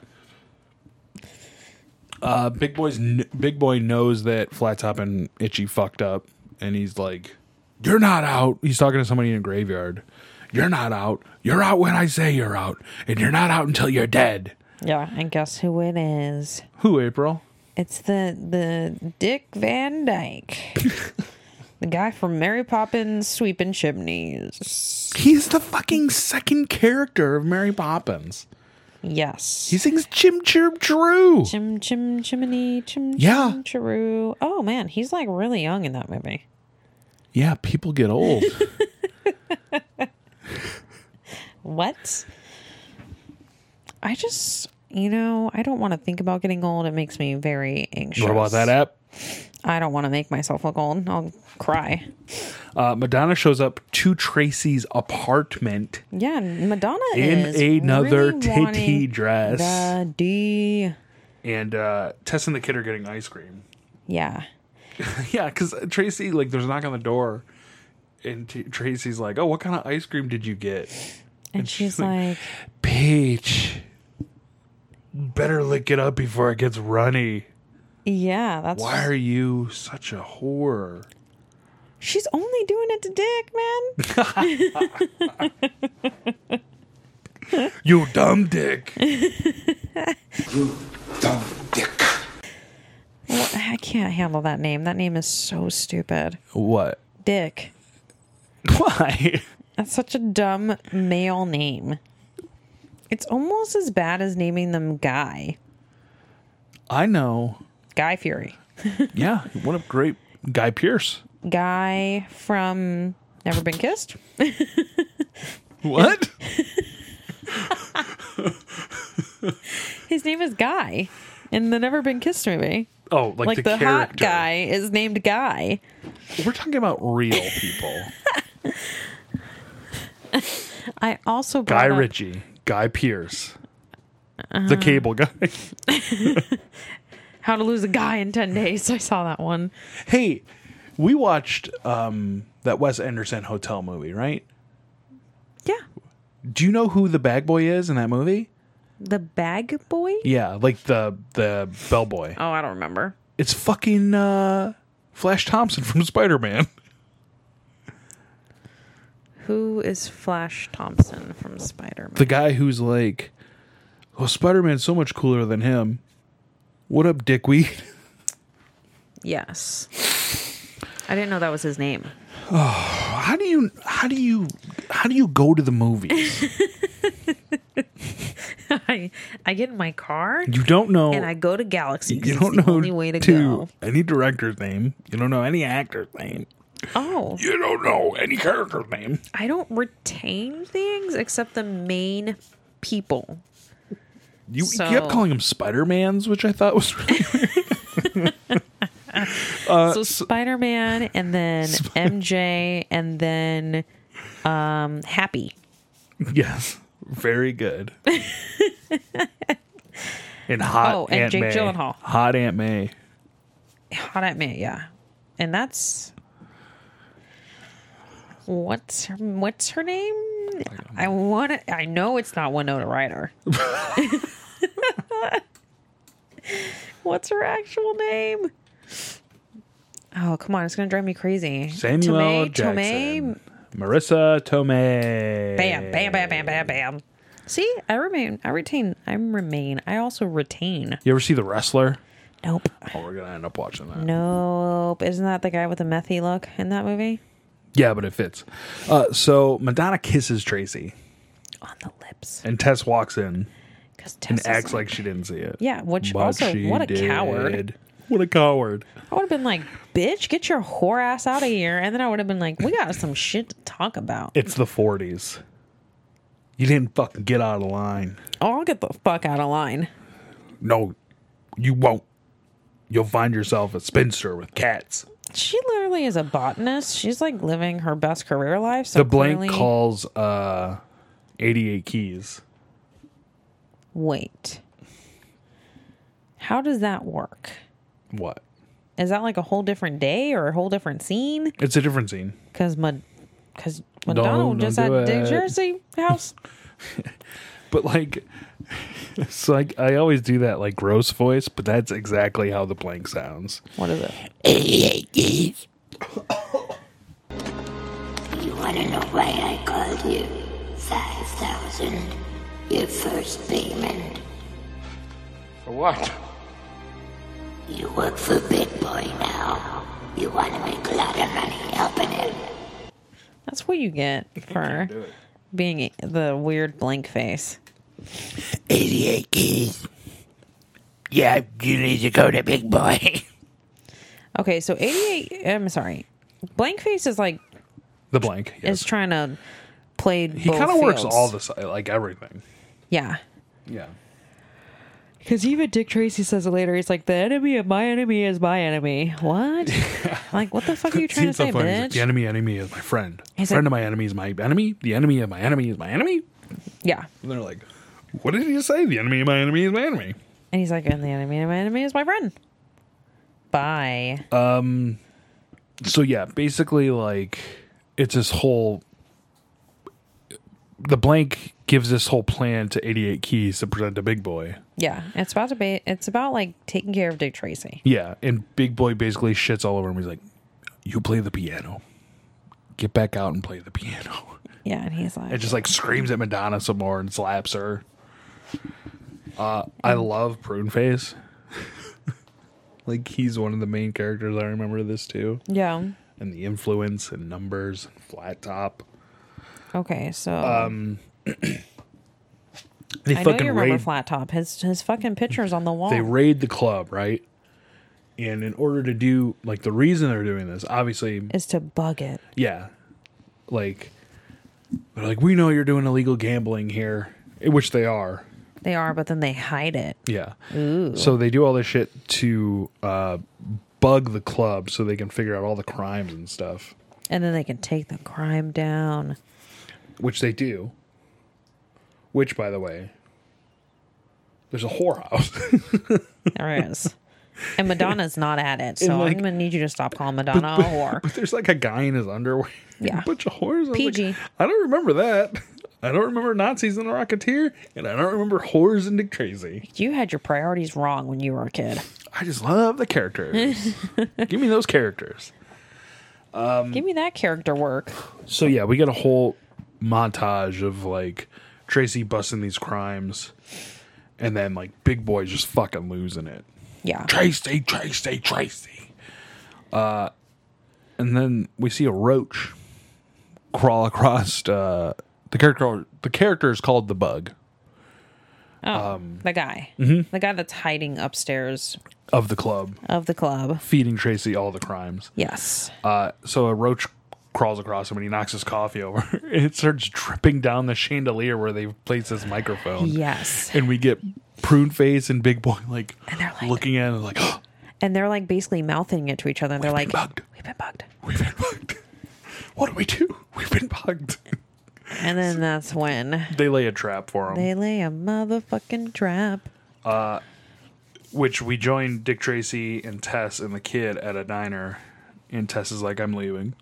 S2: Uh, Big boy's kn- Big Boy knows that Flat Top and Itchy fucked up, and he's like, "You're not out." He's talking to somebody in a graveyard. You're not out. You're out when I say you're out, and you're not out until you're dead.
S3: Yeah. And guess who it is?
S2: Who, April?
S3: It's the the Dick Van
S2: [LAUGHS]
S3: Dyke, the guy from Mary Poppins Sweeping Chimneys.
S2: He's the fucking second character of Mary Poppins.
S3: Yes.
S2: He sings Chim Chirp Drew.
S3: Chim chim chimney chim
S2: Yeah.
S3: chim chiroo. Oh man, he's like really young in that movie.
S2: Yeah, people get
S3: [LAUGHS]
S2: old.
S3: What? I just, you know, I don't want to think about getting old. It makes me very anxious.
S2: what about that app?
S3: I don't want to make myself look old. I'll cry.
S2: Uh, Madonna shows up to Tracy's apartment
S3: Yeah, Madonna
S2: In
S3: is
S2: another
S3: really
S2: titty
S3: wanting
S2: dress.
S3: The D.
S2: and uh, Tess and the kid are getting ice cream. [LAUGHS]
S3: Yeah.
S2: Yeah, because Tracy, like, there's a knock on the door and t- Tracy's like, oh, what kind of ice cream did you get?
S3: And, she's like,
S2: Peach. Better lick it up before it gets runny.
S3: yeah, that's
S2: Why are you such a whore?
S3: she's only doing it to Dick, man.
S2: You dumb
S3: [LAUGHS]
S2: dick.
S5: Dumb dick.
S3: Well, I can't handle that name. That name is so stupid.
S2: What?
S3: Dick.
S2: [LAUGHS] Why?
S3: That's such a dumb male name. It's almost as bad as naming them Guy.
S2: I know.
S3: Guy Fury.
S2: Yeah, what a great Guy Pierce.
S3: Guy from Never Been Kissed.
S2: What?
S3: His name is Guy in the Never Been Kissed movie.
S2: [LAUGHS] Oh, like,
S3: Like,
S2: the,
S3: the, hot
S2: character.
S3: guy is named Guy.
S2: We're talking about
S3: [LAUGHS]
S2: real people.
S3: I also brought
S2: guy
S3: up-
S2: Ritchie, Guy Pierce, the cable guy. [LAUGHS]
S3: How to Lose a Guy in 10 Days. I saw that one.
S2: hey, we watched um, that Wes Anderson hotel movie, right?
S3: Yeah.
S2: Do you know who the bag boy is in that movie?
S3: The Bag Boy?
S2: Yeah, like the the bellboy.
S3: Oh, I don't remember.
S2: It's fucking uh, Flash Thompson from [LAUGHS] Spider Man.
S3: Who is Flash Thompson from Spider Man?
S2: The guy who's like, "Oh, Spider Man's so much cooler than him." What up, dickweed?
S3: Yes. I didn't know that was his name.
S2: How do you how do you how do you go to the movies?
S3: I, I get in my car
S2: You don't know.
S3: and I go to Galaxy. 'cause
S2: you
S3: it's
S2: don't
S3: the
S2: know
S3: only way to, go.
S2: any director's name. You don't know any actor's name.
S3: Oh,
S2: You don't know any character's name.
S3: I don't retain things except the main people.
S2: You you
S3: So-
S2: kept calling him Spider Man's, which I thought was Uh, really
S3: [LAUGHS] so Spider Man, and then MJ, and then um, Happy.
S2: yes, very
S3: [LAUGHS]
S2: good. and hot
S3: Oh, and
S2: Aunt
S3: Jake
S2: May.
S3: Gyllenhaal.
S2: Hot Aunt May.
S3: Hot at me, yeah. And that's what's her, what's her name? I want to. I know it's not Winona
S2: [LAUGHS]
S3: Ryder. what's her actual name? Oh come on! It's gonna drive me crazy.
S2: Samuel
S3: Tomei-
S2: Jackson.
S3: Tomei-
S2: Marissa Tomei.
S3: bam, bam, bam, bam, bam, bam. See, I remain. I retain. I remain. I also retain.
S2: You ever see The Wrestler?
S3: Nope.
S2: Oh, we're gonna end up watching that.
S3: Nope. Isn't that the guy with the methy look in that movie?
S2: Yeah, but it fits. Uh, so Madonna kisses Tracy,
S3: On the lips.
S2: and Tess walks in
S3: Because
S2: and acts like she didn't see it.
S3: Yeah, which
S2: But
S3: also,
S2: she
S3: what a coward.
S2: did. What a coward.
S3: I would have been like, bitch, get your whore ass out of here. And then I would have been like, we got some shit to talk about.
S2: It's the 40s. You didn't fucking get out of line.
S3: I'll get the fuck out of line.
S2: No, you won't. You'll find yourself a spinster with cats.
S3: She literally is a botanist. She's like living her best career life. So
S2: The blank
S3: clearly-
S2: calls uh 88 keys.
S3: Wait. How does that work?
S2: What?
S3: Is that like a whole different day or a whole different scene?
S2: It's a different scene.
S3: Because my, because Madonna
S2: Don't-
S3: just
S2: don't
S3: had
S2: do
S3: Dick
S2: it. [LAUGHS]
S3: Jersey house.
S2: But like [LAUGHS] it's like I always do that like gross voice, but that's exactly how the blank sounds.
S3: What is it?
S7: You wanna know why I called you? Five thousand. Your first payment.
S4: For what?
S7: You work for Big Boy now. You wanna make a lot of money helping him.
S3: That's what you get for being the weird blank face.
S8: 88 keys. Yeah, you need to go to Big Boy. [LAUGHS]
S3: Okay, so 88, I'm sorry. Blank face is like,
S2: The blank.
S3: is
S2: Yes.
S3: trying to play.
S2: He kind of works all the si- like everything.
S3: Yeah.
S2: Yeah.
S3: Because even Dick Tracy says it later. He's like, the enemy of my enemy is my enemy.
S2: [LAUGHS]
S3: What? like, what the fuck are you trying to
S2: Seems so
S3: say,
S2: funny. He's like,
S3: bitch?
S2: The enemy, enemy is my friend.
S3: He's
S2: friend
S3: like-
S2: of my enemy is my enemy. The enemy of my enemy is my enemy.
S3: yeah.
S2: And they're like, "What did you say? The enemy of my enemy is my enemy."
S3: And he's like, and the enemy of my enemy is my friend. Bye.
S2: Uh, So yeah, basically, like it's this whole. The blank gives this whole plan to 88 Keys to present to Big Boy.
S3: yeah. It's about to be, it's about like taking care of Dick Tracy.
S2: Yeah, and Big Boy basically shits all over him. He's like, "You play the piano. [LAUGHS] Get back out and play the piano."
S3: Yeah, and he's like,
S2: It just like screams at Madonna some more and slaps her. Uh, I love Prune Face. [LAUGHS] like he's one of the main characters I remember this too.
S3: yeah,
S2: And the influence and numbers and flat top.
S3: okay, so
S2: They
S3: I know you
S2: Um, fucking
S3: remember
S2: raid
S3: Flat Top. His his fucking pictures on the wall.
S2: they raid the club, right? And in order to do like the reason they're doing this, obviously
S3: is to bug it.
S2: Yeah. Like they're like, we know you're doing illegal gambling here. eh, Which they are.
S3: They are, but then they hide it.
S2: Yeah. So they do all this shit to uh, bug the club so they can figure out all the crimes and stuff.
S3: And then they can take the crime down.
S2: Which they do. Which by the way, there's a whorehouse.
S3: There is. And Madonna's not at it.
S2: [LAUGHS]
S3: So
S2: And, like-
S3: I'm going to need you to stop calling Madonna a whore.
S2: but [LAUGHS] there's like a guy in his underwear. [LAUGHS]
S3: Yeah.
S2: A bunch of whores. I was like,
S3: PG.
S2: I don't remember that. I don't remember Nazis in the Rocketeer, and I don't remember whores in Dick Tracy.
S3: You had your priorities wrong when you were a kid.
S2: I just love the characters. Give me those characters. Um,
S3: Give me that character work.
S2: So yeah, we get a whole montage of like Tracy busting these crimes, and then like Big Boy just fucking losing it.
S3: Yeah.
S2: Tracy, Tracy, Tracy. Uh, and then we see a roach crawl across. Uh, the character, the character is called the Bug
S3: The guy.
S2: Mm-hmm.
S3: The guy that's hiding upstairs
S2: of the club,
S3: of the club.
S2: feeding Tracy all the crimes.
S3: Yes.
S2: Uh, so a roach crawls across him and he knocks his coffee over. [LAUGHS] it starts dripping down the chandelier where they've placed his microphone.
S3: Yes.
S2: And we get Prune Face and Big Boy like,
S3: And they're like-
S2: looking at it like, oh,
S3: And they're like basically mouthing it to each other. And they're
S2: We've
S3: like,
S2: been bugged.
S3: we've been bugged.
S2: we've been bugged. [LAUGHS] What do we do? We've been bugged. [LAUGHS]
S3: And then that's when
S2: they lay a trap for him,
S3: they lay a motherfucking trap.
S2: which we join Dick Tracy and Tess and the kid at a diner. And Tess is like, I'm leaving.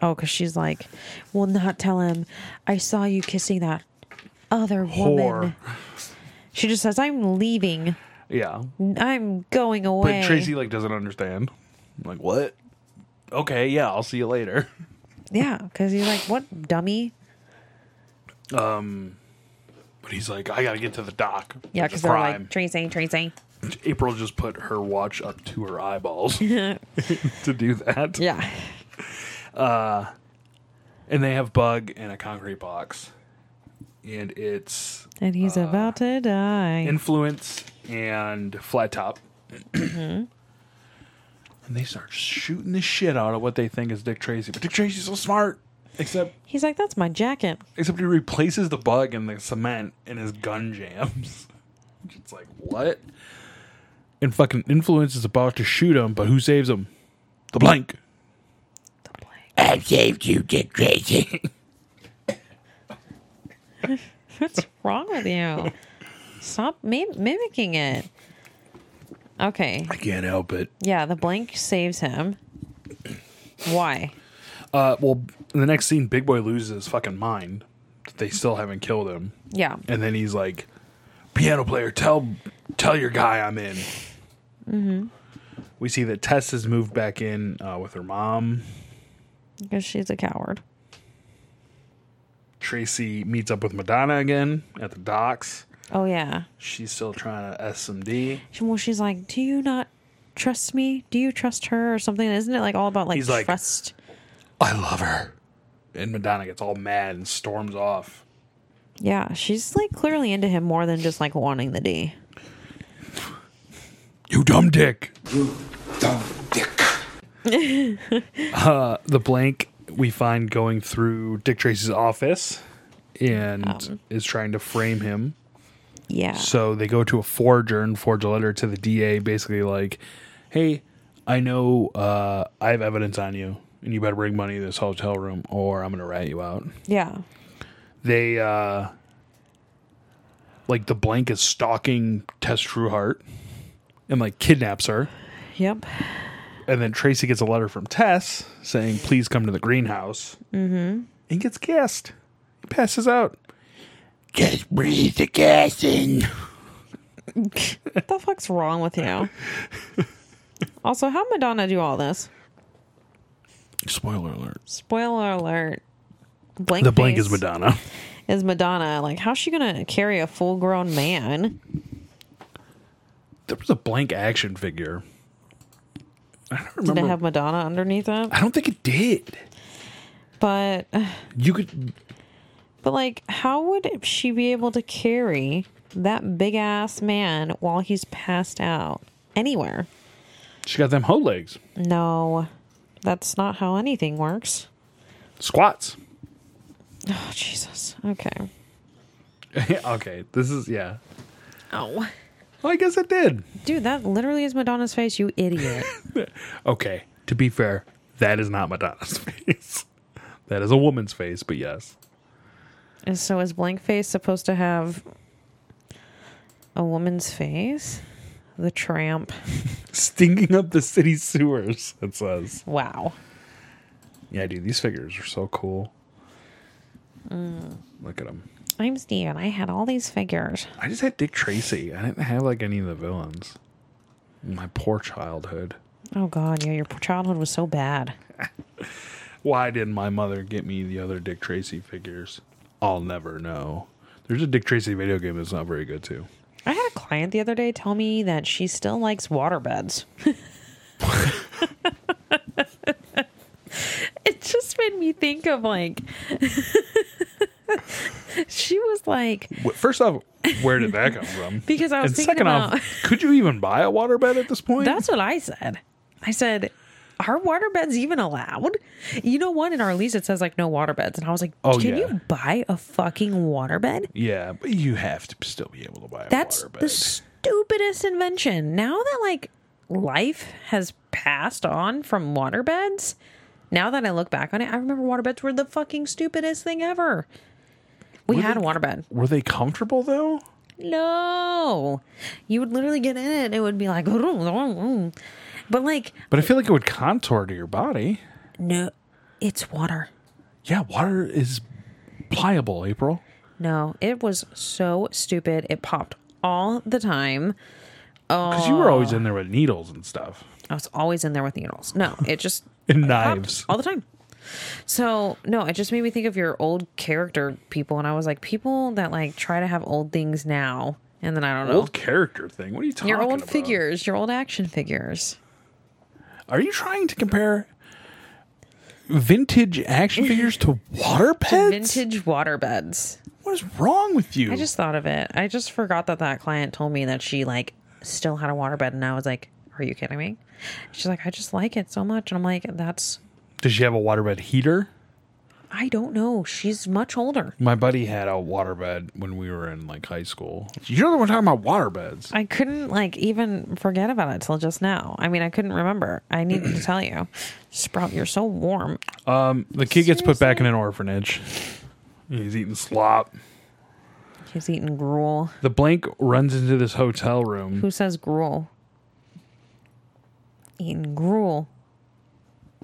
S3: Oh, because she's like, will not tell him I saw you kissing that other
S2: Whore.
S3: woman. She just says, I'm leaving.
S2: Yeah.
S3: I'm going
S2: But
S3: away.
S2: Tracy like doesn't understand. I'm like, what? Okay, yeah, I'll see you later. [LAUGHS]
S3: Yeah, because he's like, what dummy?
S2: But he's like, I gotta get to the dock. There's a
S3: Yeah, because they're
S2: crime."
S3: like, Tracy, Tracy.
S2: April just put her watch up to her eyeballs [LAUGHS]
S3: [LAUGHS]
S2: to do that.
S3: Yeah.
S2: And they have Bug in a concrete box. And it's
S3: And he's
S2: Uh.
S3: about to die.
S2: Influence and Flat
S3: [CLEARS THROAT]
S2: Top.
S3: Mm-hmm.
S2: and they start shooting the shit out of what they think is Dick Tracy. But Dick Tracy's so smart. Except
S3: he's like, that's my jacket.
S2: except he replaces the bug in the cement and his gun jams. [LAUGHS] It's like what? And fucking influence is about to shoot him, but who saves him? The blank.
S8: I've saved you, Dick [LAUGHS] Tracy.
S3: What's wrong
S2: [LAUGHS]
S3: with you? Stop mim- mimicking it. Okay.
S2: I can't help it.
S3: Yeah, the blank saves him. Why?
S2: Uh, well, in the next scene, Big Boy loses his fucking mind. that They still haven't killed him,
S3: Yeah.
S2: and then he's like, "Piano player, tell tell your guy I'm in." Mm-hmm. We see that Tess has moved back in uh, with her mom.
S3: Because she's a coward.
S2: Tracy meets up with Madonna again at the docks.
S3: Oh, yeah.
S2: She's still trying to SMD.
S3: She- Well, she's like, do you not trust me? Do you trust her or something? Isn't it like all about like
S2: He's like-
S3: trust?
S2: I love her. And Madonna gets all mad and storms off.
S3: yeah, she's like clearly into him more than just like wanting the D.
S2: You dumb dick.
S5: Dumb dick.
S2: the blank we find going through Dick Tracy's office and is trying to frame him.
S3: Yeah.
S2: So they go to a forger and forge a letter to the DA, basically like, "Hey, I know uh, I have evidence on you, and you better bring money to this hotel room, or I'm gonna rat you out."
S3: yeah.
S2: They uh, like the blank is stalking Tess Trueheart and like kidnaps her.
S3: Yep.
S2: And then Tracy gets a letter from Tess saying, please come to the greenhouse. Mm-hmm. And gets gassed. He passes out.
S8: Just breathe the gas in.
S3: What the fuck's wrong with
S2: [LAUGHS]
S3: you? also, how Madonna do all this?
S2: Spoiler alert.
S3: Spoiler alert. blank.
S2: The blank
S3: face
S2: is Madonna.
S3: Is Madonna like how's she gonna carry a full grown man?
S2: There was a blank action figure. I don't
S3: Did
S2: remember.
S3: it have Madonna underneath it?
S2: I don't think it did.
S3: But
S2: You could.
S3: but like how would she be able to carry that big ass man while he's passed out anywhere?
S2: She got them hoe legs.
S3: No, that's not how anything works.
S2: Squats. [LAUGHS]
S3: Oh Jesus. Okay.
S2: okay, this is yeah.
S3: Oh.
S2: Well, I guess it did.
S3: Dude, that literally is Madonna's face, you idiot.
S2: Okay, to be fair, that is not Madonna's [LAUGHS] face. That is a woman's face, but yes.
S3: and so is blank face supposed to have a woman's face? The tramp.
S2: Stinking up the city sewers, it says.
S3: Wow.
S2: Yeah, dude, these figures are so cool. Look at them.
S3: I'm Steven. I had all these figures.
S2: I just had Dick Tracy. I didn't have like any of the villains. My poor childhood.
S3: Oh god, yeah, your childhood was so bad.
S2: Why didn't my mother get me the other Dick Tracy figures? I'll never know. There's a Dick Tracy video game that's not very good too.
S3: I had a client the other day tell me that she still likes waterbeds. [LAUGHS] it just made me think of like [LAUGHS] she was like
S2: Wh- First off, where did that come from?
S3: [LAUGHS] Because I was
S2: and
S3: thinking
S2: second
S3: about-
S2: off, could you even buy a waterbed at this point?
S3: that's what I said. I said are waterbeds even allowed? You know what? In our lease, it says like no waterbeds, and I was like,
S2: Oh,
S3: "Can
S2: yeah.
S3: you buy a fucking waterbed?"
S2: yeah, but you have to still be able to buy a
S3: That's
S2: waterbed.
S3: the stupidest invention. Now that like life has passed on from waterbeds, now that I look back on it, I remember waterbeds were the fucking stupidest thing ever. We had a waterbed.
S2: Were they comfortable though?
S3: No. You would literally get in it and it would be like [LAUGHS] But like
S2: But I feel like it would contour to your body.
S3: no it's water.
S2: Yeah, water is pliable, April.
S3: No, it was so stupid. It popped all the time.
S2: Because you were always in there with needles and stuff.
S3: I was always in there with needles. No, it
S2: [LAUGHS]
S3: just
S2: And
S3: it popped
S2: knives.
S3: all the time. So no, it just made me think of your old character people, and I was like, people that like try to have old things now, and then I don't know
S2: Old character thing. What are you talking
S3: your
S2: about?
S3: old figures, your old action figures.
S2: Are you trying to compare vintage action figures to water pets?
S3: Vintage waterbeds.
S2: What is wrong with you?
S3: I just thought of it. I just forgot that that client told me that she like still had a waterbed, and I was like, "Are you kidding me?" She's like, "I just like it so much," and I'm like, "That's
S2: Does she have a waterbed heater?
S3: I don't know. She's much older.
S2: My buddy had a waterbed when we were in like high school. You know that we're talking about waterbeds.
S3: I couldn't like even forget about it till just now. I mean, I couldn't remember. I needed to tell you, Sprout, you're so warm.
S2: The kid gets put back in an orphanage. He's eating slop.
S3: He's eating gruel.
S2: The blank runs into this hotel room. [LAUGHS]
S3: Who says gruel? Eating gruel.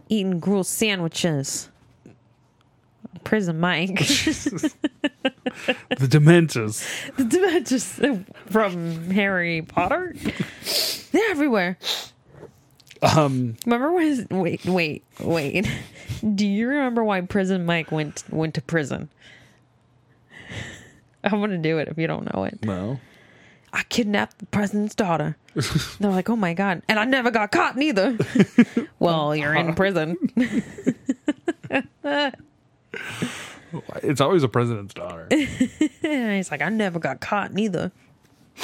S3: Eating gruel sandwiches. Prison Mike. [LAUGHS]
S2: The Dementors.
S3: Just uh, from Harry Potter. They're everywhere.
S2: Um,
S3: Remember when? Wait, wait, wait. Do you remember why Prison Mike went went to prison? I'm gonna do it if you don't know it.
S2: no.
S3: I kidnapped the president's daughter. They're like, oh my god, and I never got caught neither. well, you're in prison.
S2: It's always a president's daughter.
S3: And he's like, I never got caught neither.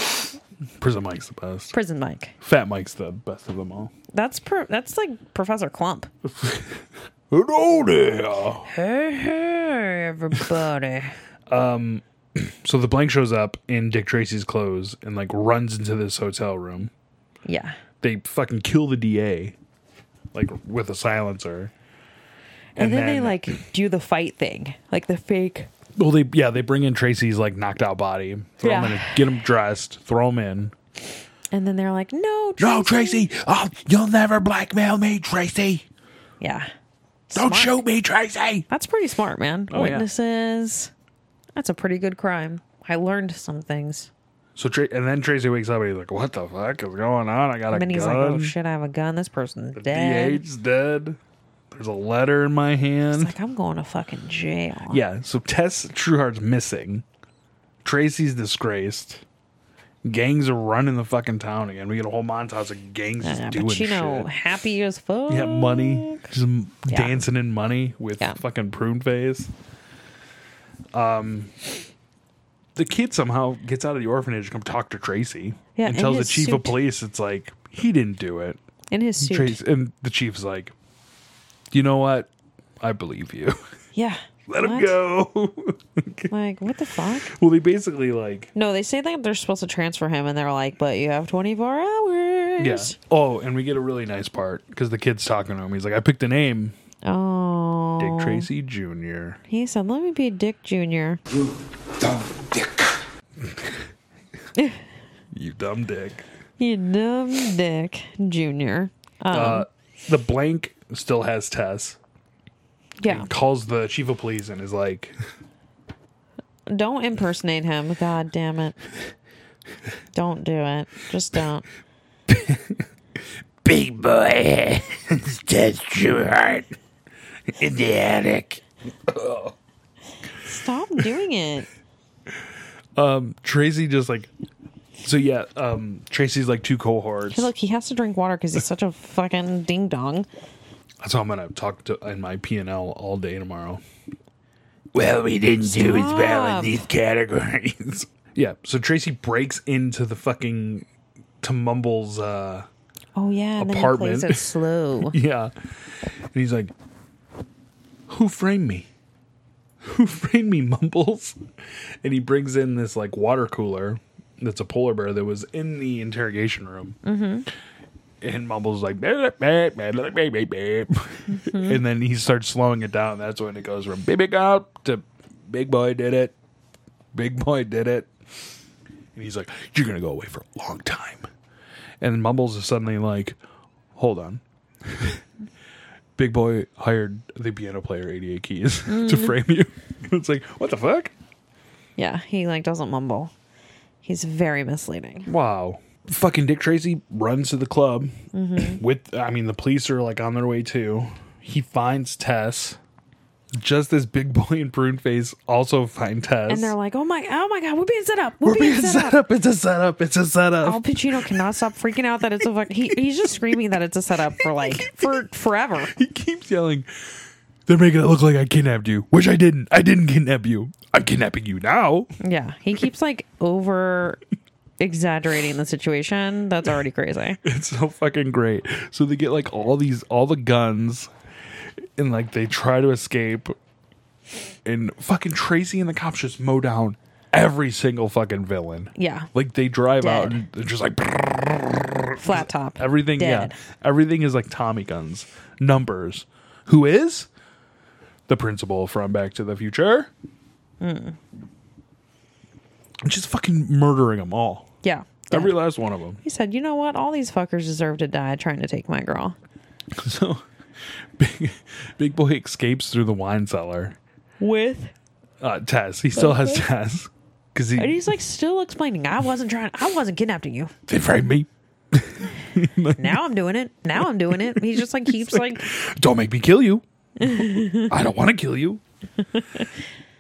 S2: [LAUGHS] Prison Mike's the best.
S3: Prison Mike.
S2: Fat Mike's the best of them all.
S3: That's per- that's like Professor Clump.
S2: Hello there.
S3: Hey, hey, everybody. [LAUGHS]
S2: So the blank shows up in Dick Tracy's clothes and like runs into this hotel room.
S3: yeah.
S2: They fucking kill the DA, like with a silencer.
S3: And,
S2: And
S3: then, they
S2: then-
S3: like do the fight thing, like the fake.
S2: Well, they yeah they bring in Tracy's like knocked out body, throw him
S3: Yeah.
S2: in, a- get him dressed, throw him in. uh,
S3: And then they're like, no,
S8: No, Tracy, oh, you'll never blackmail me, Tracy.
S3: Yeah.
S8: Don't
S3: Smart.
S8: shoot me, Tracy.
S3: That's pretty smart, man.
S2: Oh, yeah.
S3: Witnesses. That's a pretty good crime. I learned some things.
S2: So Tra- and then Tracy wakes up and he's like, "What the fuck is going on? I got a
S3: And then
S2: gun."
S3: he's like, oh shit, I have a gun. This person's dead.
S2: DA's dead. There's a letter in my hand.
S3: Like I'm going to fucking jail.
S2: Yeah, so Tess Trueheart's missing. Tracy's disgraced. Gangs are running the fucking town again. We get a whole montage of gangs just
S3: Uh,
S2: doing
S3: but you know,
S2: shit.
S3: happy as fuck.
S2: Yeah, money. Just m
S3: Yeah.
S2: dancing in money with
S3: Yeah.
S2: fucking prune face. Um the kid somehow gets out of the orphanage to come talk to Tracy.
S3: Yeah,
S2: and
S3: in
S2: tells the
S3: his
S2: chief of
S3: suit.
S2: police it's like he didn't do it.
S3: in his suit.
S2: Tracy, and the chief's like, You know what? I believe you. [LAUGHS]
S3: Yeah,
S2: Let him
S3: What?
S2: go. [LAUGHS]
S3: Like what the fuck?
S2: well, they basically like
S3: No, they say that they're supposed to transfer him, and they're like, "But you have 24 hours."
S2: Yeah. Oh, and we get a really nice part because the kid's talking to him. He's like, I picked a name,
S3: Oh.
S2: Dick Tracy Jr.
S3: He said, "Let me be Dick Junior."
S5: You dumb dick.
S2: You dumb dick.
S3: You dumb Dick Junior. Um,
S2: Uh, the blank still has Tess.
S3: yeah.
S2: Calls the chief of police and is like,
S3: Don't impersonate him. God damn it. Don't do it. Just don't.
S8: Big boy Tess Trueheart in the attic.
S3: Stop doing it.
S2: Tracy just like, so yeah, um, Tracy's like two cohorts.
S3: Look, he has to drink water because he's such a fucking ding dong.
S2: That's how I'm gonna talk to in my P and L all day tomorrow.
S8: Well, we didn't do as well
S3: Stop.
S8: in these categories.
S2: Yeah. So Tracy breaks into the fucking to Mumble's. Uh,
S3: Oh yeah, and then
S2: Apartment.
S3: he plays it slow.
S2: [LAUGHS] Yeah. And he's like, Who framed me? Who [LAUGHS] framed me, Mumbles? And he brings in this like water cooler that's a polar bear that was in the interrogation room. Mm-hmm. And Mumbles is like, "Bah, bah, bah, bah, bah, bah, bah." and then he starts slowing it down. That's when it goes from baby girl to big boy did it. Big boy did it. And he's like, You're going to go away for a long time. And Mumbles is suddenly like, Hold on. Big Boy hired the piano player 88 Keys [LAUGHS] to
S3: Mm-hmm.
S2: frame you. it's like, what the fuck?
S3: Yeah, he like doesn't mumble. He's very misleading.
S2: Wow. Fucking Dick Tracy runs to the club
S3: Mm-hmm.
S2: with, I mean, the police are like on their way too. He finds Tess. Just as Big Boy and Prune Face also find Tess.
S3: And they're like, "Oh my, oh my God, we're being set up. We're,
S2: we're being set up. It's a setup. It's a setup.
S3: Al Pacino cannot stop freaking out that it's a fuck. He, he's just screaming that it's a setup
S2: [LAUGHS]
S3: for like for forever.
S2: he keeps yelling, They're making it look like I kidnapped you, which I didn't. I didn't kidnap you. I'm kidnapping you now.
S3: Yeah, he keeps like over exaggerating the situation. That's already crazy.
S2: [LAUGHS] It's so fucking great. So they get like all these, all the guns, and like they try to escape. And fucking Tracy and the cops just mow down every single fucking villain.
S3: Yeah,
S2: Like they drive out
S3: Dead.
S2: and they're just like
S3: flat top.
S2: everything.
S3: Dead.
S2: Yeah, everything is like Tommy guns, numbers. Who is the principal from Back to the Future?
S3: Hmm.
S2: Just fucking murdering them all.
S3: yeah.
S2: Every
S3: dead.
S2: last one of them.
S3: he said, "You know what? All these fuckers deserve to die trying to take my girl."
S2: [LAUGHS] So big, big boy escapes through the wine cellar.
S3: With
S2: Uh, Tess, he still has Tess because
S3: and
S2: he
S3: he's like still explaining, "I wasn't trying. I wasn't kidnapping you.
S2: they framed me.
S3: Now I'm doing it. Now I'm doing it."
S2: [LAUGHS]
S3: He just like keeps like
S2: Don't make me kill
S3: [LAUGHS]
S2: you. I don't want to kill you. [LAUGHS]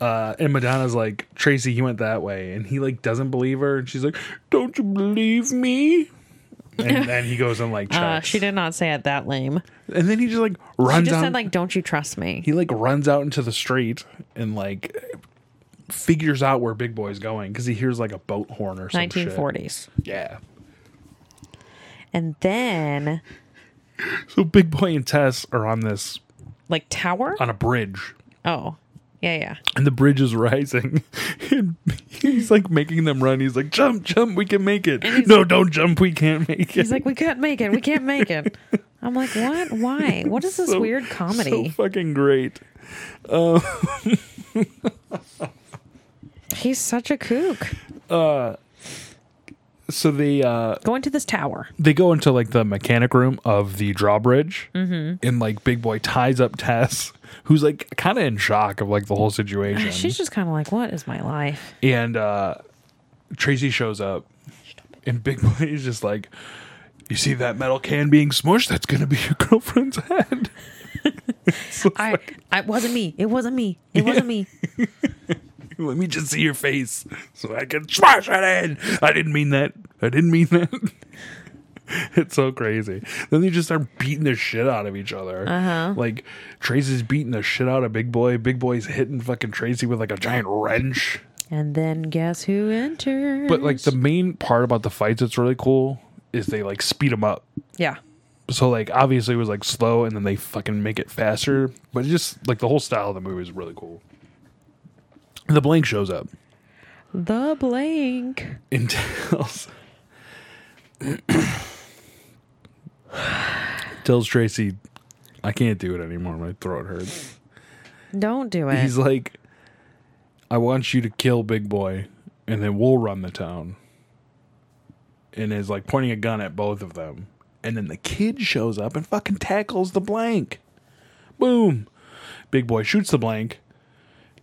S2: Uh, and Madonna's like Tracy, he went that way, and he like doesn't believe her, and she's like, "Don't you believe me?"
S3: [LAUGHS]
S2: And then he goes and like checks,
S3: Uh, she did not say it that lame.
S2: and then he just like runs
S3: She just
S2: out.
S3: said like, "Don't you trust me?"
S2: he like runs out into the street and like figures out where Big Boy's going because he hears like a boat horn or something.
S3: 1940s.
S2: Yeah.
S3: And then
S2: So Big Boy and Tess are on this
S3: like tower.
S2: on a bridge,
S3: Oh, yeah, yeah.
S2: and the bridge is rising. [LAUGHS] and he's like making them run. He's like, "Jump, jump, we can make it." No, don't jump, we can't make it.
S3: He's like, "We can't make it. We can't make it." I'm like, "What? Why? What is
S2: [LAUGHS]
S3: this
S2: So-
S3: weird comedy?"
S2: So fucking great.
S3: He's such a kook.
S2: So they uh
S3: Going to this tower.
S2: they go into like the mechanic room of the drawbridge,
S3: Mm-hmm.
S2: and like Big Boy ties up Tess, who's like kind of in shock of like the whole situation.
S3: [LAUGHS] She's just kind of like, "What is my life?"
S2: and uh Tracy shows up and Big Boy is just like [LAUGHS] you see that metal can being smushed? That's gonna be your girlfriend's head.
S3: [LAUGHS] I, I it wasn't me. It wasn't me. It wasn't me.
S2: [LAUGHS] Let me just see your face so I can smash it in. I didn't mean that. I didn't mean [LAUGHS] that. it's so crazy. Then they just start beating the shit out of each other. Uh-huh. Like Tracy's beating the shit out of Big Boy. Big Boy's hitting fucking Tracy with like a giant wrench.
S3: [LAUGHS] And then guess who enters?
S2: But like the main part about the fights that's really cool is they like speed them up.
S3: yeah,
S2: So like obviously it was like slow and then they fucking make it faster. But it just like the whole style of the movie is really cool. The blank shows up. [LAUGHS]
S3: the blank.
S2: entails tells Tracy, I can't do it anymore. My throat hurts.
S3: Don't do it.
S2: He's like, I want you to kill Big Boy, and then we'll run the town. And is like pointing a gun at both of them. And then the kid shows up and fucking tackles the blank. Boom. Big Boy shoots the blank.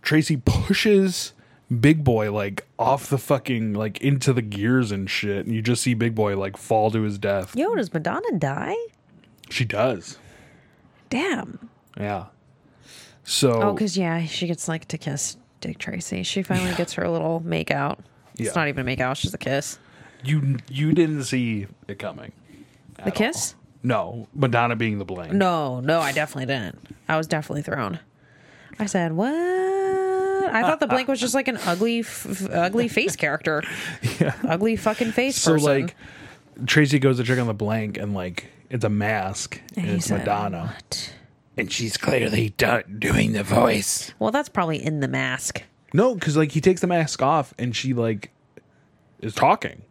S2: Tracy pushes Big Boy like off the fucking like into the gears and shit. And you just see Big Boy like fall to his death.
S3: Yo, does Madonna die?
S2: She does.
S3: Damn.
S2: Yeah. So
S3: Oh, because yeah, she gets like to kiss Dick Tracy. She finally gets her little make out.
S2: Yeah.
S3: It's not even a make out. She's a kiss.
S2: you you didn't see it coming.
S3: The kiss?
S2: No, Madonna being the blank.
S3: No, no, I definitely didn't. I was definitely thrown. I said, "What?" I thought the blank was just like an ugly, f- f- ugly face
S2: [LAUGHS]
S3: character. Ugly fucking face
S2: So
S3: person.
S2: like, Tracy goes to check on the blank, and like, it's a mask, and,
S3: He
S2: it's
S3: said,
S2: Madonna.
S3: "What?"
S8: And she's clearly done doing the voice.
S3: Well, that's probably in the mask.
S2: No, because like he takes the mask off, and she like is talking.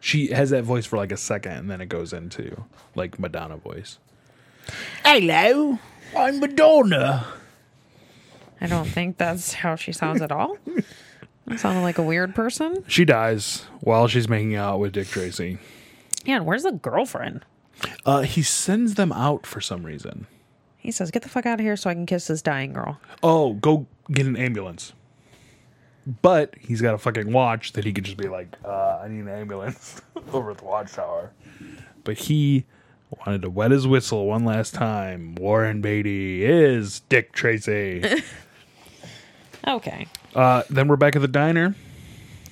S2: She has that voice for like a second, and then it goes into like Madonna voice.
S8: Hello, I'm Madonna.
S3: I don't think that's how she sounds at
S2: [LAUGHS]
S3: all. I sounded like a weird person.
S2: She dies while she's making out with Dick Tracy.
S3: Yeah, and where's the girlfriend?
S2: Uh, he sends them out for some reason.
S3: He says, "Get the fuck out of here, so I can kiss this dying girl."
S2: oh, go get an ambulance. But he's got a fucking watch that he could just be like, uh, I need an ambulance [LAUGHS] over at the watchtower. But he wanted to wet his whistle one last time. Warren Beatty is Dick
S3: [LAUGHS]
S2: Tracy.
S3: Okay.
S2: uh, then we're back at the diner.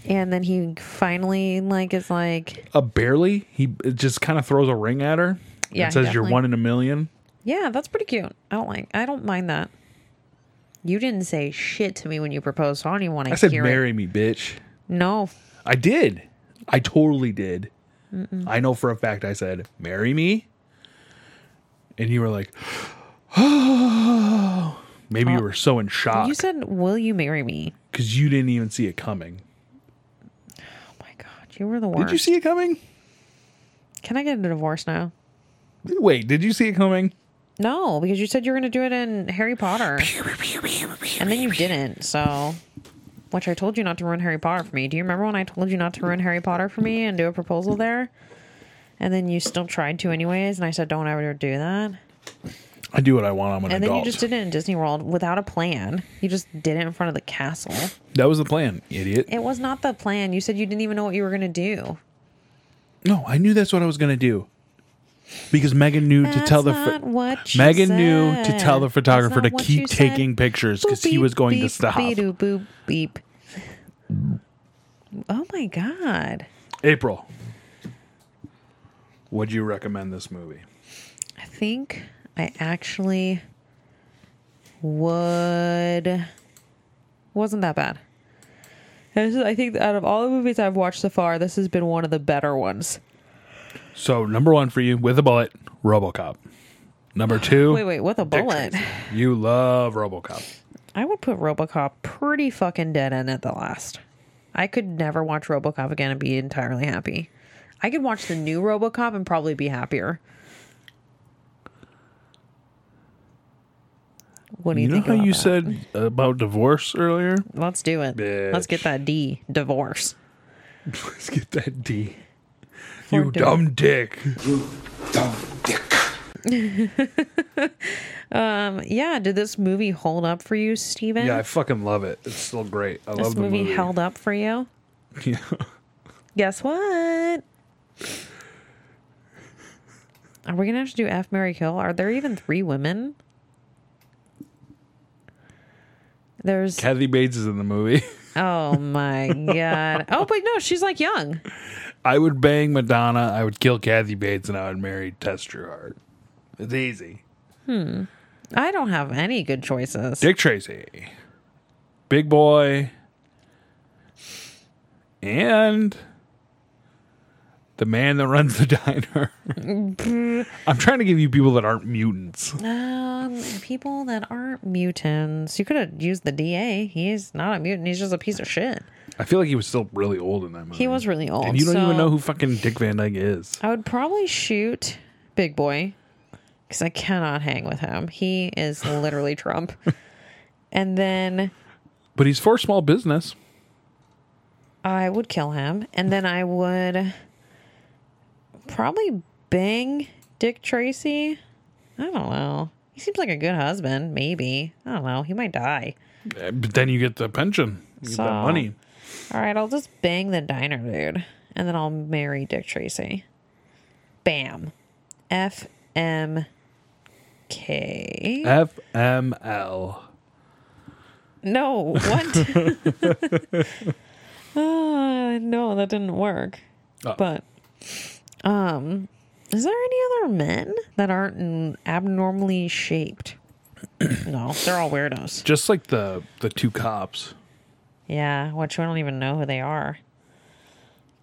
S3: And then he finally like is like,
S2: Uh, barely. He just kind of throws a ring at her.
S3: Yeah,
S2: And says, You're
S3: definitely.
S2: one in a million.
S3: "Yeah, that's pretty cute. I don't like. I don't mind that." You didn't say shit to me when you proposed. So I don't even want to
S2: I said,
S3: hear
S2: Marry me, bitch.
S3: it. No,
S2: I did. I totally did. I know for a fact I said, marry me. And you were like, [GASPS] oh. Maybe you were so in shock
S3: you said, "Will you marry me?"
S2: because you didn't even see it coming.
S3: Oh my god, you were the
S2: Did
S3: worst.
S2: you see it coming?
S3: Can I get a divorce now?
S2: Wait, did you see it coming?
S3: No, because you said you were going to do it in Harry
S2: [LAUGHS]
S3: Potter. and then you didn't, so. Which I told you not to ruin Harry Potter for me. Do you remember when I told you not to ruin Harry Potter for me and do a proposal there? And then you still tried to, anyways, and I said, don't ever do that.
S2: I do what I want. I'm an
S3: And then
S2: adult.
S3: you just did it in Disney World without a plan. You just did it in front of the castle.
S2: that was the plan, idiot.
S3: It was not the plan. You said you didn't even know what you were going to do.
S2: No, I knew that's what I was going to do. Because Megan knew to tell the
S3: That's
S2: pho-
S3: not what you
S2: Megan knew to
S3: said.
S2: tell the
S3: That's
S2: photographer
S3: not
S2: to
S3: what
S2: keep
S3: you said.
S2: taking pictures because
S3: Boop,
S2: he was
S3: beep,
S2: going to
S3: beep,
S2: stop.
S3: beep, boop, beep. Oh my god.
S2: April, would you recommend this movie?
S3: I think I actually would wasn't that bad. This is, I think out of all the movies I've watched so far, this has been one of the better ones.
S2: So number one for you with a bullet, RoboCop.
S3: [GASPS]
S2: Number two,
S3: Wait, wait, with a
S2: Dick
S3: bullet.
S2: Tracy. You love RoboCop.
S3: I would put RoboCop pretty fucking dead end at the last. I could never watch RoboCop again and be entirely happy. I could watch the new RoboCop and probably be happier. What do you,
S2: You know
S3: think?
S2: how
S3: about
S2: you
S3: that?
S2: said about divorce
S3: [LAUGHS]
S2: earlier?
S3: Let's do it. Let's get
S2: Bitch.
S3: that D divorce.
S2: Let's get that D.
S3: For
S2: you
S3: di-
S2: dumb
S3: [LAUGHS]
S2: dick.
S5: Dumb dick.
S3: Yeah, did this movie hold up for you, Steven?
S2: Yeah, I fucking love it. It's still great. I
S3: this
S2: love the
S3: movie,
S2: movie. [LAUGHS]
S3: held up for you.
S2: Yeah.
S3: Guess what? Are we gonna have to do F Mary Kill? Are there even three women?
S2: [LAUGHS]
S3: There's
S2: Kathy Bates is in the movie. [LAUGHS]
S3: oh my god. Oh, but no, she's like young.
S2: I would bang Madonna. I would kill Kathy Bates, and I would marry Tess Trueheart. It's easy.
S3: I don't have any good choices.
S2: Dick Tracy, Big Boy, and the man that runs the [LAUGHS]
S3: [LAUGHS]
S2: diner. I'm trying to give you people that aren't mutants.
S3: Um, people that aren't mutants. You could have used the DA. He's not a mutant. He's just a piece of shit.
S2: I feel like he was still really old in that movie.
S3: He was really old.
S2: And you don't
S3: so
S2: even know who fucking Dick Van Dyke is.
S3: I would probably shoot Big Boy because I cannot hang with him. He is literally Trump. And then
S2: But he's for small business.
S3: I would kill him. And then I would probably bang Dick Tracy. I don't know. He seems like a good husband. Maybe. I don't know. He might die.
S2: Uh, But then you get the pension, you get
S3: So-
S2: that money.
S3: All right, I'll just bang the diner dude and then I'll marry Dick Tracy. Bam. F M K.
S2: FML.
S3: No, what? [LAUGHS] uh, no, that didn't work.
S2: Oh.
S3: But um is there any other men that aren't n- abnormally shaped? [CLEARS THROAT] no, they're all weirdos.
S2: Just like the the two cops.
S3: Yeah, which we don't even know who they are.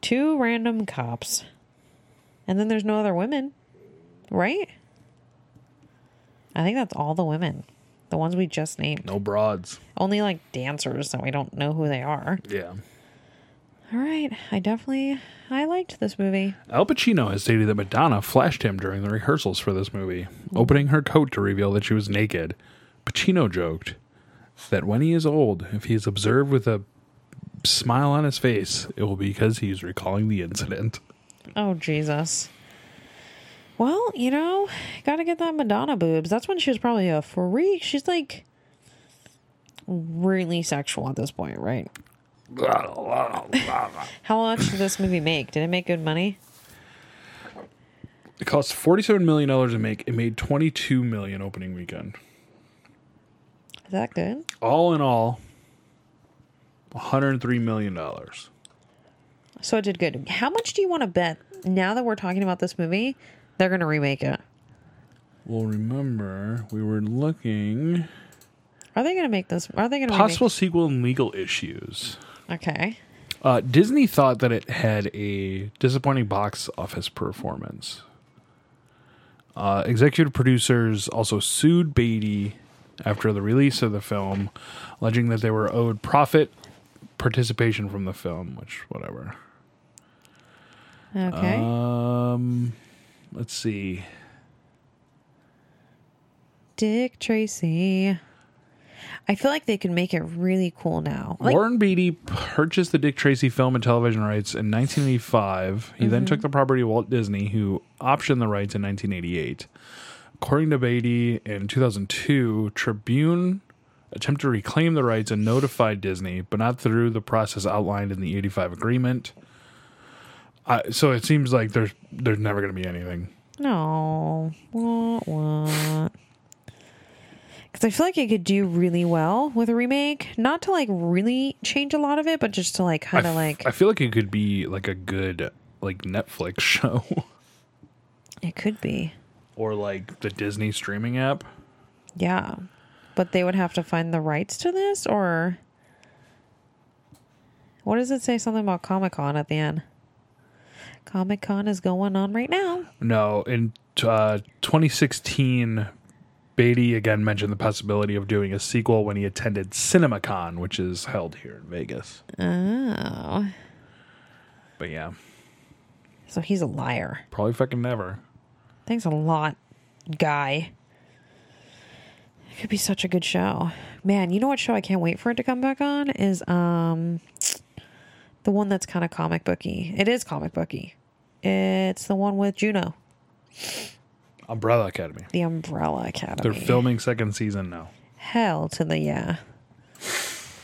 S3: Two random cops. And then there's no other women, right? I think that's all the women. The ones we just named.
S2: No broads.
S3: Only like dancers that we don't know who they are.
S2: Yeah.
S3: All right. I definitely I liked this movie.
S2: Al Pacino has stated that Madonna flashed him during the rehearsals for this movie, opening her coat to reveal that she was naked. Pacino joked that when he is old, if he is observed with a smile on his face, it will be because he is recalling the incident. [LAUGHS]
S3: Oh Jesus. Well, you know, gotta get that Madonna boobs. That's when she was probably a freak. She's like really sexual at this point, right? How much did this movie make? Did it make good money?
S2: It cost forty-seven million dollars to make. It made twenty-two million opening weekend.
S3: Is that good?
S2: All in all, one hundred three million dollars.
S3: So it did good. How much do you want to bet now that we're talking about this movie, they're gonna remake it?
S2: Well, remember we were looking
S3: Are they gonna make this? Are they gonna
S2: possible sequel and legal issues.
S3: Remake? Okay.
S2: Uh, Disney thought that it had a disappointing box office performance. Uh, executive producers also sued Beatty after the release of the film, alleging that they were owed profit participation from the film, which, whatever.
S3: Okay.
S2: Uh, Um, let's see.
S3: Dick Tracy. I feel like they could make it really cool now. Like,
S2: Warren Beatty purchased the Dick Tracy film and television rights in 1985. He
S3: Mm-hmm.
S2: then took the property to Walt Disney, who optioned the rights in 1988. According to Beatty, in 2002, Tribune attempted to reclaim the rights and notify Disney, but not through the process outlined in the 85 agreement. Uh, so it seems like there's there's never going to be anything.
S3: no. What? What? Because I feel like it could do really well with a remake. Not to like really change a lot of it, but just to like
S2: I
S3: kind of
S2: f-
S3: like.
S2: I feel like it could be like a good like Netflix [LAUGHS] show
S3: it could be.
S2: or like the Disney streaming app.
S3: Yeah. But they would have to find the rights to this or. What does it say? Something about Comic Con at the end. Comic Con is going on right now.
S2: No, in uh, 2016, Beatty again mentioned the possibility of doing a sequel when he attended CinemaCon, which is held here in Vegas.
S3: Oh.
S2: But yeah,
S3: So he's a liar.
S2: probably fucking never.
S3: Thanks a lot, guy. It could be such a good show. Man, you know what show I can't wait for it to come back on is um the one that's kind of comic booky. It is comic booky. It's the one with Juno,
S2: Umbrella Academy.
S3: the Umbrella Academy.
S2: They're filming second season now.
S3: Hell to the yeah.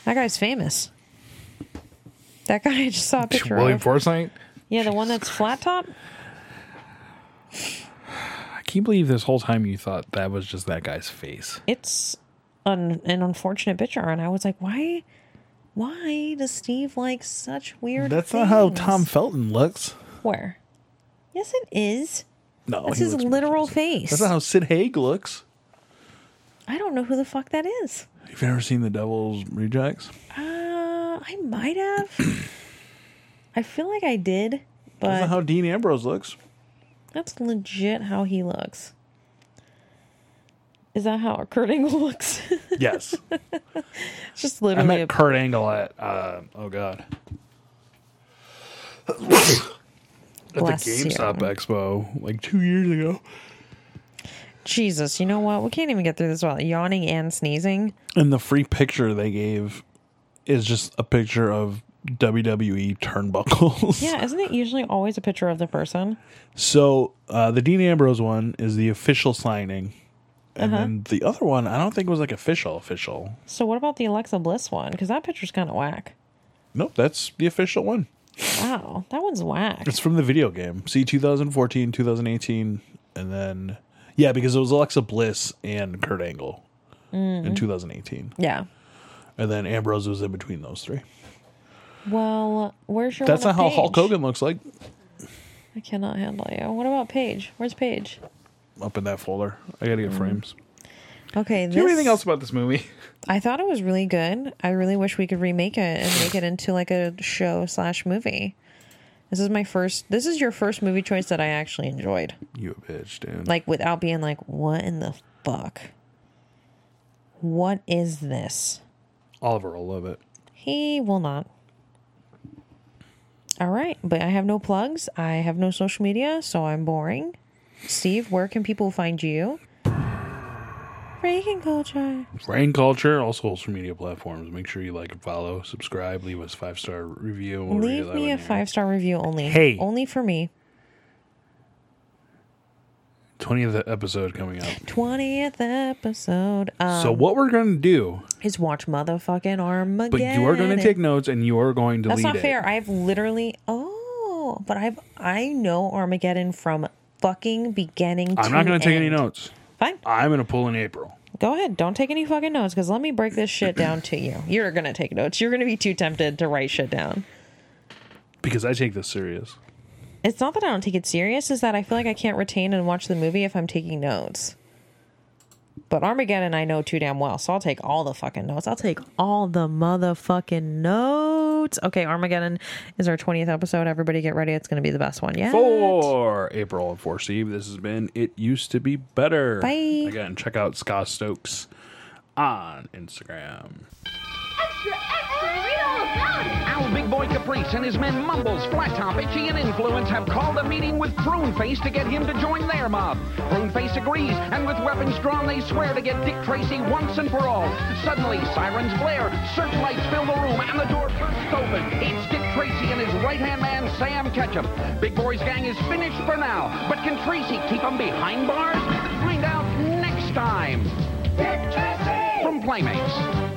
S3: That guy's famous. That guy [LAUGHS] I just saw a picture
S2: William
S3: of.
S2: Forsythe.
S3: yeah, the one that's flat top.
S2: I can't believe this whole time you thought that was just that guy's face.
S3: It's un, an unfortunate picture, and I was like, why, why does Steve like such weird?
S9: That's not how
S3: things?
S9: Tom Felton looks.
S3: [LAUGHS] Where? Yes, it is.
S9: No,
S3: That's
S9: Oh, he
S3: his
S9: looks-
S3: literal face.
S9: That's not how Sid Haig looks.
S3: I don't know who the fuck that is.
S9: You've never seen The Devil's Rejects?
S3: Uh, I might have.
S9: [COUGHS]
S3: I feel like I did,
S9: That's
S3: but
S9: not how Dean Ambrose
S3: [LAUGHS]
S9: looks.
S3: that's legit how he looks. Is that how Kurt Angle [LAUGHS] looks?
S9: Yes,
S3: it's just
S2: I
S3: literally a
S2: met Kurt Angle at uh, oh god at
S3: bless
S2: the
S3: you.
S2: GameStop Expo like two years ago.
S3: Jesus, you know what? We can't even get through this without yawning and sneezing.
S9: and the free picture they gave is just a picture of WWE turnbuckles.
S3: Yeah, isn't it usually always a picture of the person?
S9: [LAUGHS] So uh, the Dean Ambrose one is the official signing, and then the other one I don't think was like official official.
S3: So what about the Alexa Bliss one? Because that picture's kind of whack.
S9: Nope, that's the official one.
S3: Wow, that one's whack.
S9: It's from the video game. See, 2014, 2018, and then yeah, because it was Alexa Bliss and Kurt Angle in 2018,
S3: Yeah.
S9: and then Ambrose was in between those three.
S3: Well, where's your?
S9: That's
S3: one
S9: not
S3: with
S9: how Hulk
S3: Paige?
S9: Hogan looks like
S3: I cannot handle you. What about Paige? Where's Paige?
S9: up in that folder. I gotta get frames.
S3: Okay, this,
S2: Do you have anything else about this movie? [LAUGHS]
S3: I thought it was really good. I really wish we could remake it and make it into like a show slash movie. This is my first. This is your first movie choice that I actually enjoyed.
S9: You a bitch, dude.
S3: Like without being like, what in the fuck? What is this?
S2: Oliver will love it.
S3: He will not. All right, but I have no plugs. I have no social media, so I'm boring. Steve, where can people find you? Reagan culture.
S2: Brain Culture, all social media platforms. Make sure you like and follow, subscribe, leave us five star review. We'll read
S3: Leave
S2: that
S3: me
S2: one
S3: a
S2: here.
S3: five star review only.
S2: Hey.
S3: Only for me.
S2: 20th episode coming up.
S3: 20th episode um,
S2: so what we're gonna do,
S3: is watch motherfucking Armageddon.
S2: but you are gonna take notes and you are going to
S3: That's
S2: lead
S3: not
S2: it.
S3: fair. I've literally. Oh, but I've. I know Armageddon from fucking beginning to
S2: I'm not gonna take any
S3: end.
S2: notes.
S3: Fine.
S2: I'm gonna pull in April.
S3: Go ahead. Don't take any fucking notes because let me break this shit down to you. You're going to take notes. You're going to be too tempted to write shit down.
S2: Because I take this serious.
S3: It's not that I don't take it serious, is that I feel like I can't retain and watch the movie if I'm taking notes. But Armageddon, I know too damn well, so I'll take all the fucking notes. I'll take all the motherfucking notes. Okay, Armageddon is our 20th episode. Everybody get ready. It's going to be the best one yet.
S2: For April and for Steve, this has been It Used to Be Better.
S3: Bye.
S2: Again, check out Scott Stokes on Instagram.
S10: Extra, extra, read all about it.
S11: Al Big Boy Caprice and his men Mumbles, Flat Top, Itchy, and Influence have called a meeting with Pruneface to get him to join their mob. Pruneface agrees, and with weapons drawn, they swear to get Dick Tracy once and for all. Suddenly, sirens blare, searchlights fill the room, and the door bursts open. It's Dick Tracy and his right-hand man, Sam Ketchum. Big Boy's gang is finished for now, but can Tracy keep them behind bars? Find out next time. Dick Tracy! From Playmates.